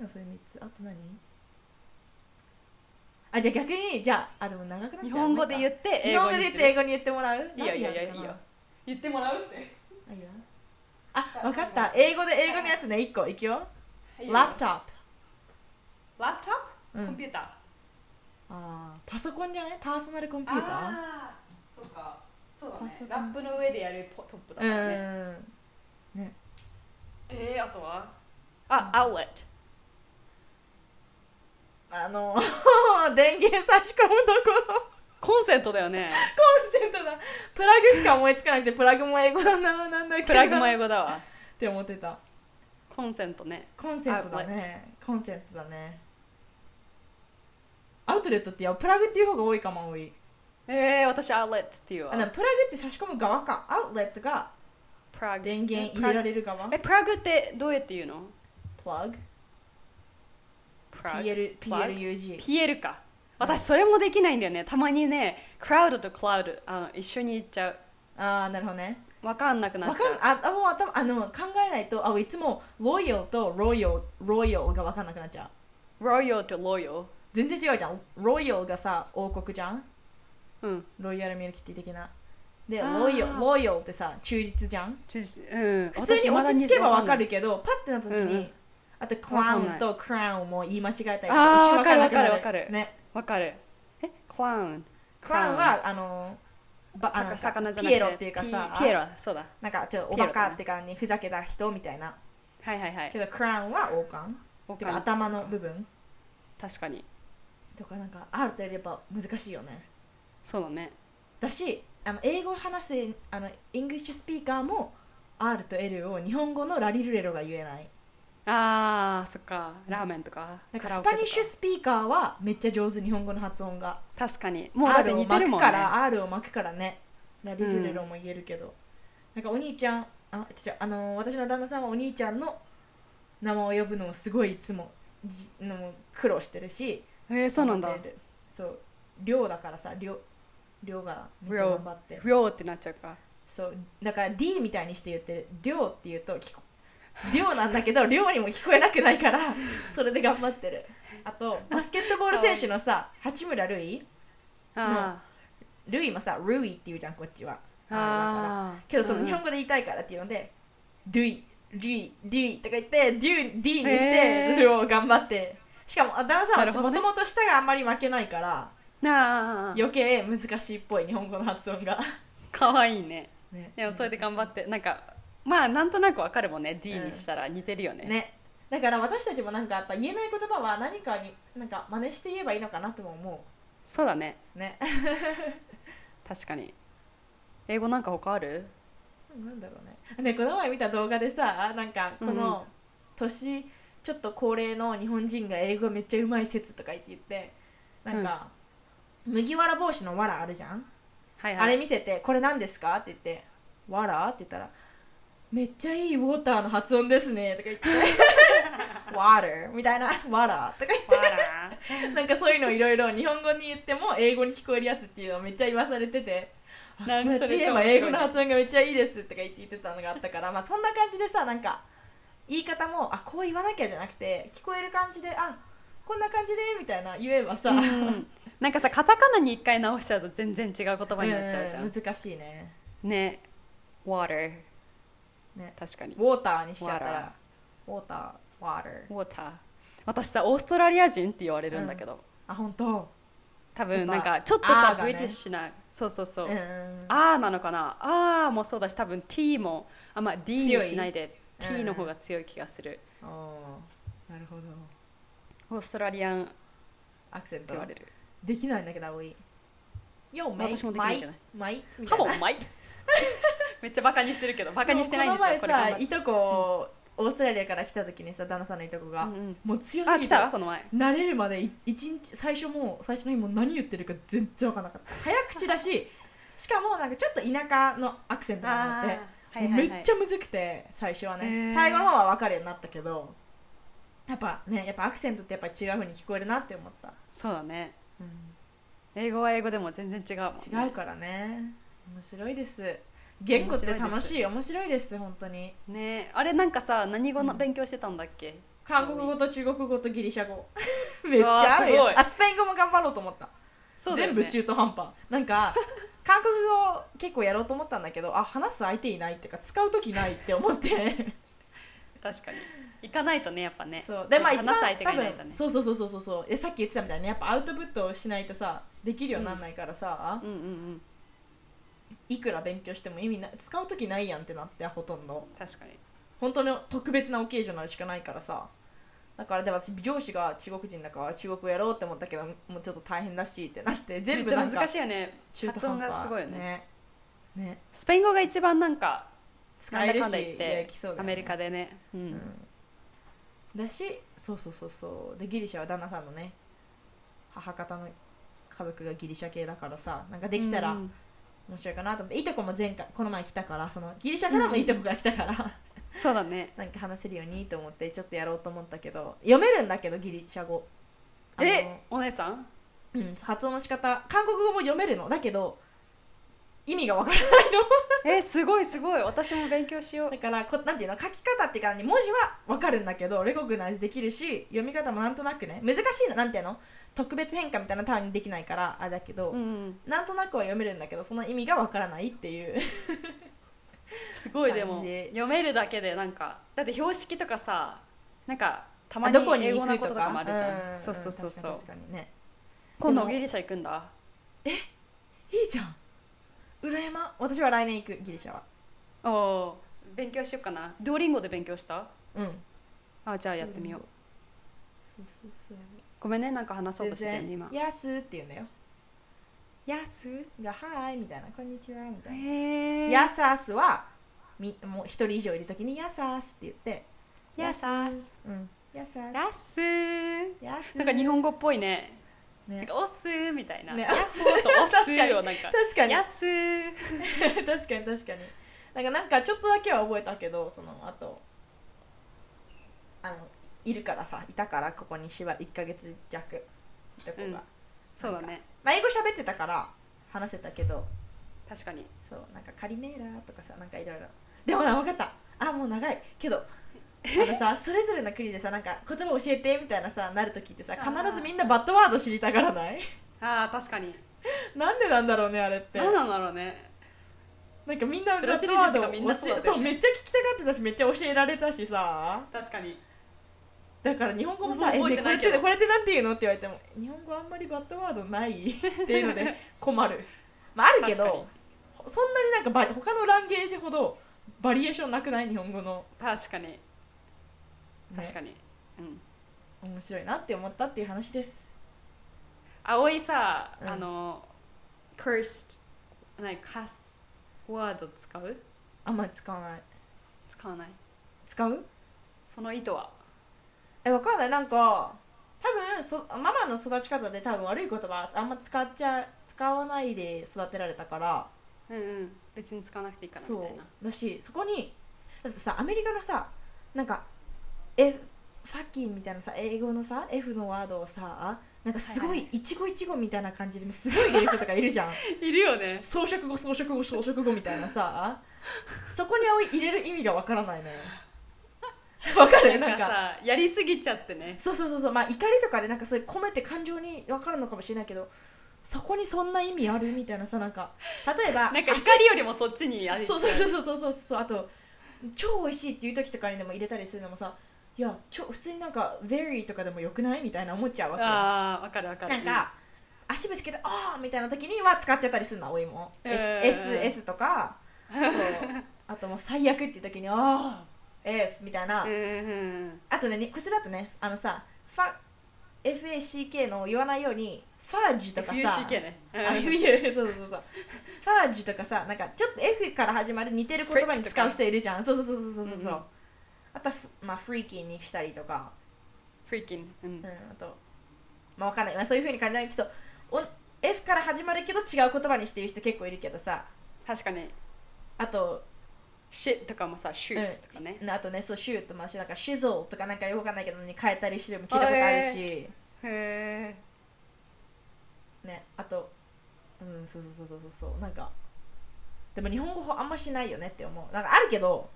Speaker 2: もそれ3つあと何あじゃあ逆にじゃああでも長くなっちゃう
Speaker 1: 日本語で言
Speaker 2: っ
Speaker 1: って
Speaker 2: 日
Speaker 1: 英
Speaker 2: 本
Speaker 1: 語
Speaker 2: 語
Speaker 1: に
Speaker 2: です言
Speaker 1: る
Speaker 2: って英語に言ってもらう
Speaker 1: いいよいいよいい
Speaker 2: 何や
Speaker 1: よいいよ
Speaker 2: るか
Speaker 1: 言ってもらうって
Speaker 2: なあいいよあ分かった英語で英語のやつね1個いくよラップトッ
Speaker 1: プラップトッ
Speaker 2: プ、う
Speaker 1: プコン
Speaker 2: ん
Speaker 1: ピ、ューター
Speaker 2: あーパソコンじゃないパーソナルコンピューター
Speaker 1: ああーそうかそうだ
Speaker 2: パソコ
Speaker 1: ね
Speaker 2: ン
Speaker 1: ラップの上でやるポトップだ
Speaker 2: う
Speaker 1: からね
Speaker 2: ん
Speaker 1: えーあとはあアウトレット
Speaker 2: あの 電源差し込むとこ ろ
Speaker 1: コンセントだよね
Speaker 2: コンセントだプラグしか思いつかなくてプラグも英語だななんだっけな
Speaker 1: プラグも
Speaker 2: っ
Speaker 1: 英語だわ
Speaker 2: て思ってた
Speaker 1: コンセントね
Speaker 2: コンセントだねコンセントだねアウトレットっていやプラグっていう方が多いかも多い
Speaker 1: えー、私アウトレットっていうわ
Speaker 2: あでもプラグって差し込む側かアウトレットが
Speaker 1: プラグ
Speaker 2: 電源
Speaker 1: プ
Speaker 2: 入れ
Speaker 1: ラ
Speaker 2: ら
Speaker 1: グ
Speaker 2: れる側
Speaker 1: えプラグってどうやって言うの
Speaker 2: プラグ
Speaker 1: プラグ
Speaker 2: PL PLUG
Speaker 1: PL か私それもできないんだよねたまにねクラウドとクラウドあの一緒に行っちゃう
Speaker 2: ああなるほどね
Speaker 1: わかんなくな
Speaker 2: わ
Speaker 1: っちゃ
Speaker 2: か
Speaker 1: うん
Speaker 2: ああもう頭あの考えないとあいつもロイヤルとロイヤルロイヤルが分かんなくなっちゃう
Speaker 1: ロイヤルとロイヤル
Speaker 2: 全然違うじゃんロイヤルがさ王国じゃん
Speaker 1: うん
Speaker 2: ロイヤルミルキティ的なで
Speaker 1: あー
Speaker 2: ロイヤルロイヤルってさ忠実じゃん
Speaker 1: ちょうん
Speaker 2: 普通に落ち着けば分か
Speaker 1: る
Speaker 2: るけどパッてなった時に、
Speaker 1: うんうん
Speaker 2: あとクラウ
Speaker 1: わかんな
Speaker 2: ン
Speaker 1: い
Speaker 2: とクラウンも言い間違えたりと
Speaker 1: あー
Speaker 2: か一瞬分かんなくなる
Speaker 1: わかるわかる
Speaker 2: ね
Speaker 1: わかるえクラウン
Speaker 2: クラウンはあのばあ
Speaker 1: さ
Speaker 2: の
Speaker 1: か魚じゃなくて
Speaker 2: ピエロっていうかさ
Speaker 1: ピピエロそうだ
Speaker 2: なんかちょっとお
Speaker 1: ピ
Speaker 2: バ
Speaker 1: エロだ
Speaker 2: カ
Speaker 1: ね
Speaker 2: って感じふざけた人みたいな
Speaker 1: はいはいはい
Speaker 2: けどクラウンは王冠
Speaker 1: わ
Speaker 2: て
Speaker 1: かん
Speaker 2: か
Speaker 1: ない
Speaker 2: 頭の部分
Speaker 1: 確かに
Speaker 2: とかなんかあるとやっぱ難しいよね
Speaker 1: そうだね
Speaker 2: だしあの英語を話すあのイングリッシュスピーカーも R と L を日本語のラリルレロが言えない
Speaker 1: あーそっかラーメンとか
Speaker 2: なんか
Speaker 1: カラオ
Speaker 2: ス
Speaker 1: ケと
Speaker 2: パニッシュスピーカーはめっちゃ上手日本語の発音が
Speaker 1: 確かにもうだって似てるもんね
Speaker 2: ね R を巻くからねラリルレロも言えるけど、なんかお兄ちゃんあ違うあのー私の旦那さんはお兄ちゃんの名前を呼ぶのをすごいいつもじの苦労してるし
Speaker 1: えー、そうなんだ
Speaker 2: 頑張ってるそう量だからさ量量がめっちゃ頑張って
Speaker 1: 不要ってなっちゃうか
Speaker 2: そうだから D みたいにして言ってる量って言うと聞こ量なんだけ ど量にも聞こえなくないからそれで頑張ってるあとバスケットボール選手のさ八村塁
Speaker 1: あ
Speaker 2: ルイもさ、ルイって言うじゃん、こっちは。
Speaker 1: ー
Speaker 2: あれだから
Speaker 1: あー
Speaker 2: けど、そ
Speaker 1: うん
Speaker 2: の
Speaker 1: うん
Speaker 2: 日本語で言いたいからっていうので、ドゥイ、ルイ、デュイとか言って、デュイ、ディにし
Speaker 1: へ
Speaker 2: て、
Speaker 1: ー
Speaker 2: ルを頑張って。しかも、あ旦那さん
Speaker 1: なる
Speaker 2: は
Speaker 1: ほ
Speaker 2: も
Speaker 1: どね
Speaker 2: ともと舌があんまり負けないから、
Speaker 1: なあ
Speaker 2: 余計難しいっぽい、日本語の発音が。
Speaker 1: かわいいね
Speaker 2: ね
Speaker 1: でもそれで頑張ってなんかまあなんとなくわかるもんね D にしたら似てるよね,、
Speaker 2: ね。だから私たちもなんかやっぱ言えない言葉は何かになんか真似して言えばいいのかなとも思
Speaker 1: そうだね
Speaker 2: うね
Speaker 1: 確かに英語なんか他ある
Speaker 2: なんだろうねねこの前見た動画でさなんかこ
Speaker 1: うんうん
Speaker 2: の年ちょっと高齢の日本人が英語めっちゃうまい説とか言って言ってなんか、麦わら帽子のわらあるじゃん、
Speaker 1: はいはい
Speaker 2: あれ見せて「これ何ですか?」って言って「わら?」って言ったら「めっちゃいいウォーターの発音ですね」とか言 って「ワー r みたいな「わら?」とか言っ
Speaker 1: わら
Speaker 2: てなんかそういうのいろいろ日本語に言っても英語に聞こえるやつっていうのをめっちゃ言わされてて。あ
Speaker 1: なんか
Speaker 2: そうやって言えば英語の発音がめっちゃいいですとか言って言ってたのがあったからまあそんな感じでさなんか言い方もあこう言わなきゃじゃなくて聞こえる感じであこんな感じでみたいな言えばさ、
Speaker 1: うんなんかさカタカナに一回直しちゃうと全然違う言葉になっちゃうじゃ
Speaker 2: うん
Speaker 1: ん
Speaker 2: 難しいね
Speaker 1: ね water
Speaker 2: ね
Speaker 1: 確かに
Speaker 2: ウォーターにしちゃった
Speaker 1: わら
Speaker 2: らウォーターワーター
Speaker 1: water 私さオーストラリア人って言われるんだけど、
Speaker 2: あ本当
Speaker 1: 多
Speaker 2: や
Speaker 1: 分
Speaker 2: っぱ
Speaker 1: なんかちょっとさ、
Speaker 2: R がね
Speaker 1: ブリティッシュなそうそうそう、
Speaker 2: ん
Speaker 1: あーなのかなあーもそうだし多分 T もあんま D に
Speaker 2: 強い
Speaker 1: しないで
Speaker 2: うん
Speaker 1: T の方が強い気がする、
Speaker 2: おーなるほど
Speaker 1: オーストラリアンって
Speaker 2: アクセント
Speaker 1: 言われる
Speaker 2: できないんだけど多いよう
Speaker 1: 私もできないけどね
Speaker 2: マイマイ
Speaker 1: ハローマイト めっちゃバカにしてるけどバカにしてないんですよ
Speaker 2: こ
Speaker 1: こ
Speaker 2: の
Speaker 1: れ
Speaker 2: 前
Speaker 1: 頑
Speaker 2: さ
Speaker 1: 張って
Speaker 2: いとこ、オーストラリアから来た時にさ旦那さんのいとこが、
Speaker 1: うんうん
Speaker 2: もう強す
Speaker 1: あ
Speaker 2: ぎ
Speaker 1: 来
Speaker 2: て
Speaker 1: たこの前
Speaker 2: 慣れるまでい一日最初もう最初の日もう何言ってるか全然分からなかった早口だ ししかもなんかちょっと田舎のアクセントがあって
Speaker 1: ーはいはいはい
Speaker 2: もうめっちゃむずくて最初は
Speaker 1: へ
Speaker 2: ね
Speaker 1: ー
Speaker 2: 最後の方は分かるようになったけどやっぱねやっぱアクセントってやっぱ違うふうに聞こえるなって思った、
Speaker 1: そうだね英語は英語でも全然違うもん、ね、
Speaker 2: 違うからね面白いです言語って楽しい面白いです本当に
Speaker 1: ねあれなんかさ何語の
Speaker 2: うん
Speaker 1: 勉強してたんだっけ、
Speaker 2: 韓国語と中国語とギリシャ 語めっち
Speaker 1: うわー
Speaker 2: ゃあるよ
Speaker 1: すごい
Speaker 2: あスペイン語も頑張ろうと思った、
Speaker 1: そうだよ
Speaker 2: 全
Speaker 1: ね
Speaker 2: 部中途半 端なんか韓国語結構やろうと思ったんだけどあ話す相手いないっていうか使う時ないって思って
Speaker 1: 確かに行かないとねやっぱね
Speaker 2: そうでまあ一
Speaker 1: 話
Speaker 2: 番
Speaker 1: す相手
Speaker 2: 多
Speaker 1: がいないと
Speaker 2: 分
Speaker 1: ね
Speaker 2: そうそうそうそうそうそうえさっき言ってたみたいにやっぱアウトプットをしないとさできるようにならないからさ、
Speaker 1: うんうんうん
Speaker 2: いくら勉強しても意味ない使う時ないやんってなってほとんど
Speaker 1: 確かに
Speaker 2: 本当の特別なオケージョナルしかないからさだからで私上司が中国人だから中国語やろうって思ったけどもうちょっと大変だしってなって全部
Speaker 1: めっち
Speaker 2: な
Speaker 1: ゃ
Speaker 2: んか
Speaker 1: 難しいよね
Speaker 2: 中途
Speaker 1: 発
Speaker 2: 半
Speaker 1: 音
Speaker 2: 端
Speaker 1: がすごいよね
Speaker 2: ねね
Speaker 1: スペイン語が一番なんか
Speaker 2: 使える
Speaker 1: な
Speaker 2: し
Speaker 1: んだかんだ言っ
Speaker 2: や
Speaker 1: て
Speaker 2: きそうだよね
Speaker 1: アメリカでね、うん
Speaker 2: うんだしそうそうそうそうでギリシャは旦那さんのね母方の家族がギリシャ系だからさなんかできたら
Speaker 1: うん
Speaker 2: 面白いかなと思って、いとこも前回この前来たからそのギリシャからもいとこが来たから、
Speaker 1: そうだね
Speaker 2: なんか話せるようにと思ってちょっとやろうと思ったけど読めるんだけどギリシャ語あの
Speaker 1: えお姉さん
Speaker 2: うん、発音の仕方韓国語も読めるのだけど意味がわからない
Speaker 1: えすごいすごい私も勉強しよう
Speaker 2: だからこなんていうの書き方っていうか文字はわかるんだけどレコグナイズできるし読み方もなんとなくね難しいのなんていうの特別変化みたいな単位にできないからあれだけど、
Speaker 1: うんうん
Speaker 2: なんとなくは読めるんだけどその意味がわからないっていう
Speaker 1: すごいでも
Speaker 2: 感じ
Speaker 1: 読めるだけでなんかだって標識とかさなんかたま
Speaker 2: あ
Speaker 1: に
Speaker 2: どこに
Speaker 1: 英
Speaker 2: 行
Speaker 1: 語
Speaker 2: く
Speaker 1: の
Speaker 2: と
Speaker 1: こ
Speaker 2: か
Speaker 1: ととかもあるじ
Speaker 2: ん
Speaker 1: ゃ
Speaker 2: ん
Speaker 1: んそうそうそうそう
Speaker 2: 確かに確かにね
Speaker 1: 今
Speaker 2: で
Speaker 1: 度
Speaker 2: も
Speaker 1: ギリシャ行くんだ
Speaker 2: いいじゃん羨ま私は来年行くギリシャは
Speaker 1: おおー勉強しようかなドーリンゴで勉強した
Speaker 2: うん
Speaker 1: あじゃあやってみよう
Speaker 2: そうそうそう
Speaker 1: ごめんねなんか話そうとしてたよ
Speaker 2: 全
Speaker 1: ね
Speaker 2: 然「
Speaker 1: 今
Speaker 2: やす」って言うんだよ
Speaker 1: やす
Speaker 2: が「はーい」みたいな「こんにちは」みたいな
Speaker 1: え
Speaker 2: ヤサースはみもう一人以上いるときにヤサースって言って
Speaker 1: やさす
Speaker 2: うんやさ
Speaker 1: やすー
Speaker 2: やす
Speaker 1: なんか日本語っぽいねな
Speaker 2: ね
Speaker 1: んかおすーみたいな、
Speaker 2: ね
Speaker 1: やすーとおすーをなんか
Speaker 2: 確かに
Speaker 1: やす ー
Speaker 2: 確かに確かになんかなんかちょっとだけは覚えたけどそのあとあのいるからさいたからここにしば1ヶ月弱いとこが、
Speaker 1: うんそうだね
Speaker 2: まあ英語喋ってたから話せたけど
Speaker 1: 確かに
Speaker 2: そうなんかカリメーラーとかさなんかいろいろでもな分かったあもう長いけどあのさそれぞれの国でさなんか言葉教えてみたいなさなる時ってさ
Speaker 1: あー
Speaker 2: 必ずみんなバッドワード知りたがらない
Speaker 1: ああ確かに
Speaker 2: なんでなんだろうねあれって
Speaker 1: 何なんだろうね
Speaker 2: なんかみんな
Speaker 1: ブラジル
Speaker 2: バッ
Speaker 1: 人
Speaker 2: ド
Speaker 1: と
Speaker 2: ワ
Speaker 1: か
Speaker 2: ードを
Speaker 1: みんなそうだ
Speaker 2: 教
Speaker 1: よ
Speaker 2: えそうめ
Speaker 1: ね
Speaker 2: っちゃ聞きたがってたしめっちゃ教えられたしさ
Speaker 1: 確かに
Speaker 2: だから日本語もさ「え
Speaker 1: 覚
Speaker 2: ね
Speaker 1: えて
Speaker 2: こ
Speaker 1: な
Speaker 2: れっ
Speaker 1: いけ
Speaker 2: て
Speaker 1: ど
Speaker 2: これってなんて言うの?」って言われても「日本語あんまりバッドワードない」っていうので困 るまああるけ
Speaker 1: 確かに
Speaker 2: どそんなになんかバリ他のランゲージほどバリエーションなくない日本語の、
Speaker 1: 確かに
Speaker 2: ね
Speaker 1: 確かに、うん
Speaker 2: 面白いなって思ったっていう話です
Speaker 1: 葵さ、
Speaker 2: うん
Speaker 1: あの cursed 何カスワード使う
Speaker 2: あんまり使わない
Speaker 1: 使わない
Speaker 2: 使う
Speaker 1: その意図は
Speaker 2: えわかんないなんか多分そママの育ち方で多分悪い言葉あんま使っちゃ使わないで育てられたから
Speaker 1: うんうん別に使わなくていいかなみたいな
Speaker 2: そうだしそこにだってさアメリカのさなんかえファッキンみたいなさ英語のさ F のワードをさなんかすご
Speaker 1: はい
Speaker 2: い
Speaker 1: は
Speaker 2: 一期一会みたいな感じですごい入れる人とかいるじゃん
Speaker 1: いるよね
Speaker 2: 装飾語装飾語装飾語みたいなさそこに入れる意味がわからないのよわか
Speaker 1: な
Speaker 2: る
Speaker 1: んか
Speaker 2: なんか
Speaker 1: さやりすぎちゃってね
Speaker 2: そうそうそうそうまあ怒りとかでなんかそういう込めて感情にわかるのかもしれないけどそこにそんな意味あるみたいなさなんか例えば
Speaker 1: なんか怒りよりもそっちにやり
Speaker 2: そうそうそうそうそうそうそうあと超美味しいっていう時とかにでも入れたりするのもさいやちょ普通になんか「very」とかでもよくないみたいな思っちゃうわけよ
Speaker 1: ああわかるわかる
Speaker 2: なんか、足ぶつけて「ああ」みたいな時には使っちゃったりするのおいも、
Speaker 1: えー
Speaker 2: S SS とかそう あともう最悪っていう時に「ああ F」みたいな、
Speaker 1: うんうんうん
Speaker 2: あとねにこちらだとねあのさファ FACK の言わないようにファージとかさ
Speaker 1: FUCK ねうん
Speaker 2: あ FU そうそうそうファージとかさなんかちょっと F から始まる似てる言葉に使う人いるじゃんそうそうそうそうそうそう、
Speaker 1: うんうん
Speaker 2: あとはフ,、まあ、フリーキーにしたりとか、
Speaker 1: フリーキンう
Speaker 2: うんん、あとまあわかんない、まあ、そういうふうに感じないけどお F から始まるけど違う言葉にしてる人結構いるけどさ
Speaker 1: 確かに
Speaker 2: あと
Speaker 1: シッとかもさシュートとかね
Speaker 2: うんあとねそうシュートもあるしなんかシズルとかなんかよくわかんないけどに変えたりしてるのも聞いたことあるし、
Speaker 1: へえ
Speaker 2: ねあとうんそうそうそうそうそうそうなんかでも日本語あんましないよねって思うなんかあるけど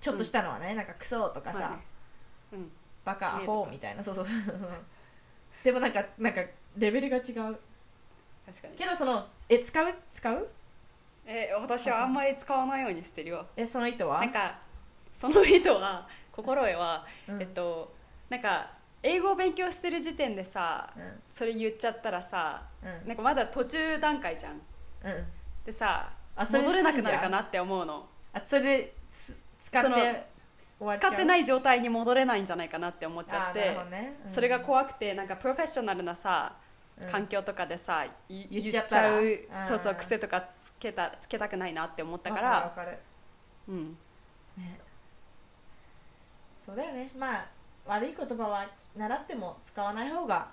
Speaker 2: ちょっとしたのはね、なんかクソとかさ、
Speaker 1: まあねうん
Speaker 2: バ
Speaker 1: 死
Speaker 2: カア
Speaker 1: ねとか
Speaker 2: ホみたいなそうそうそうそうでもなんかなんかレベルが違う
Speaker 1: 確かに
Speaker 2: けどそのえ使う使う
Speaker 1: え私はあんまり使わないようにしてるよ
Speaker 2: えその意図は
Speaker 1: なんかその人は心得は、
Speaker 2: うん
Speaker 1: えっとなんか英語を勉強してる時点でさ
Speaker 2: うん
Speaker 1: それ言っちゃったらさ
Speaker 2: うん
Speaker 1: なんかまだ途中段階じゃ
Speaker 2: う
Speaker 1: ん
Speaker 2: ん
Speaker 1: でさ
Speaker 2: あそれ
Speaker 1: 戻れなくな
Speaker 2: 済
Speaker 1: るか
Speaker 2: んじゃ
Speaker 1: なって思うの
Speaker 2: うあそれです使って
Speaker 1: その
Speaker 2: 終わっちゃ
Speaker 1: 使
Speaker 2: う
Speaker 1: ってない状態に戻れないんじゃないかなって思っちゃっ
Speaker 2: あーな
Speaker 1: て、
Speaker 2: るほどねうん
Speaker 1: それが怖くてなんかプロフェッショナルなさ
Speaker 2: うん
Speaker 1: 環境とかでさ、い
Speaker 2: 言っち
Speaker 1: 言
Speaker 2: ゃっ
Speaker 1: っち
Speaker 2: た
Speaker 1: ゃ
Speaker 2: ら
Speaker 1: う
Speaker 2: あー
Speaker 1: そうそう癖とかつけたつけたくないなって思ったか
Speaker 2: わ
Speaker 1: ら
Speaker 2: かるわかる
Speaker 1: うん
Speaker 2: ねそうだよねまあ悪い言葉は習っても使わない方が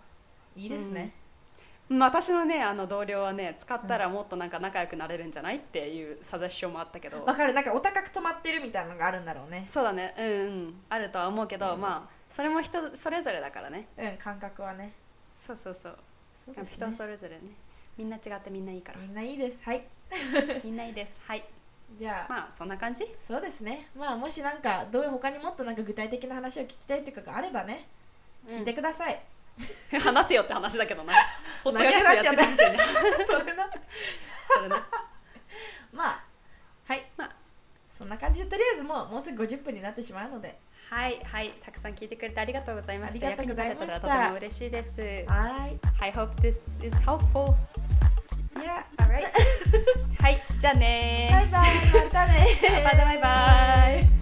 Speaker 2: いいですね、
Speaker 1: うん私のねあの同僚はね使ったらもっとなんか仲良くなれるんじゃないっていうサジェッションもあったけど
Speaker 2: わかるなんかお高く止まってるみたいなのがあるんだろうね
Speaker 1: そうだねうんうんあるとは思うけど、
Speaker 2: うん
Speaker 1: まあそれも人それぞれだからね
Speaker 2: うん感覚はね
Speaker 1: そうそうそう
Speaker 2: そうですね
Speaker 1: 人それぞれねみんな違ってみんないいから
Speaker 2: みんないいですはい
Speaker 1: みんないいですはい
Speaker 2: じゃあ、
Speaker 1: まあそんな感じ
Speaker 2: そうですねまあもしなんかどう他にもっとなんか具体的な話を聞きたいとかがあればね聞いてください、
Speaker 1: 話せよって話だけどな。ほっと
Speaker 2: 長
Speaker 1: け
Speaker 2: くなっちゃった
Speaker 1: 時点で。
Speaker 2: それな
Speaker 1: それね。
Speaker 2: まあはい
Speaker 1: まあ
Speaker 2: そんな感じでとりあえずもうもうすぐ50分になってしまうので
Speaker 1: はいはい、たくさん聞いてくれてありがとうございました。
Speaker 2: ありがとうございました
Speaker 1: 役に立てたらとても嬉しいです。
Speaker 2: はーい
Speaker 1: I hope this is helpful.
Speaker 2: いや
Speaker 1: Alright. はい、じゃあねー。
Speaker 2: バイバイまたね
Speaker 1: またバイバイ。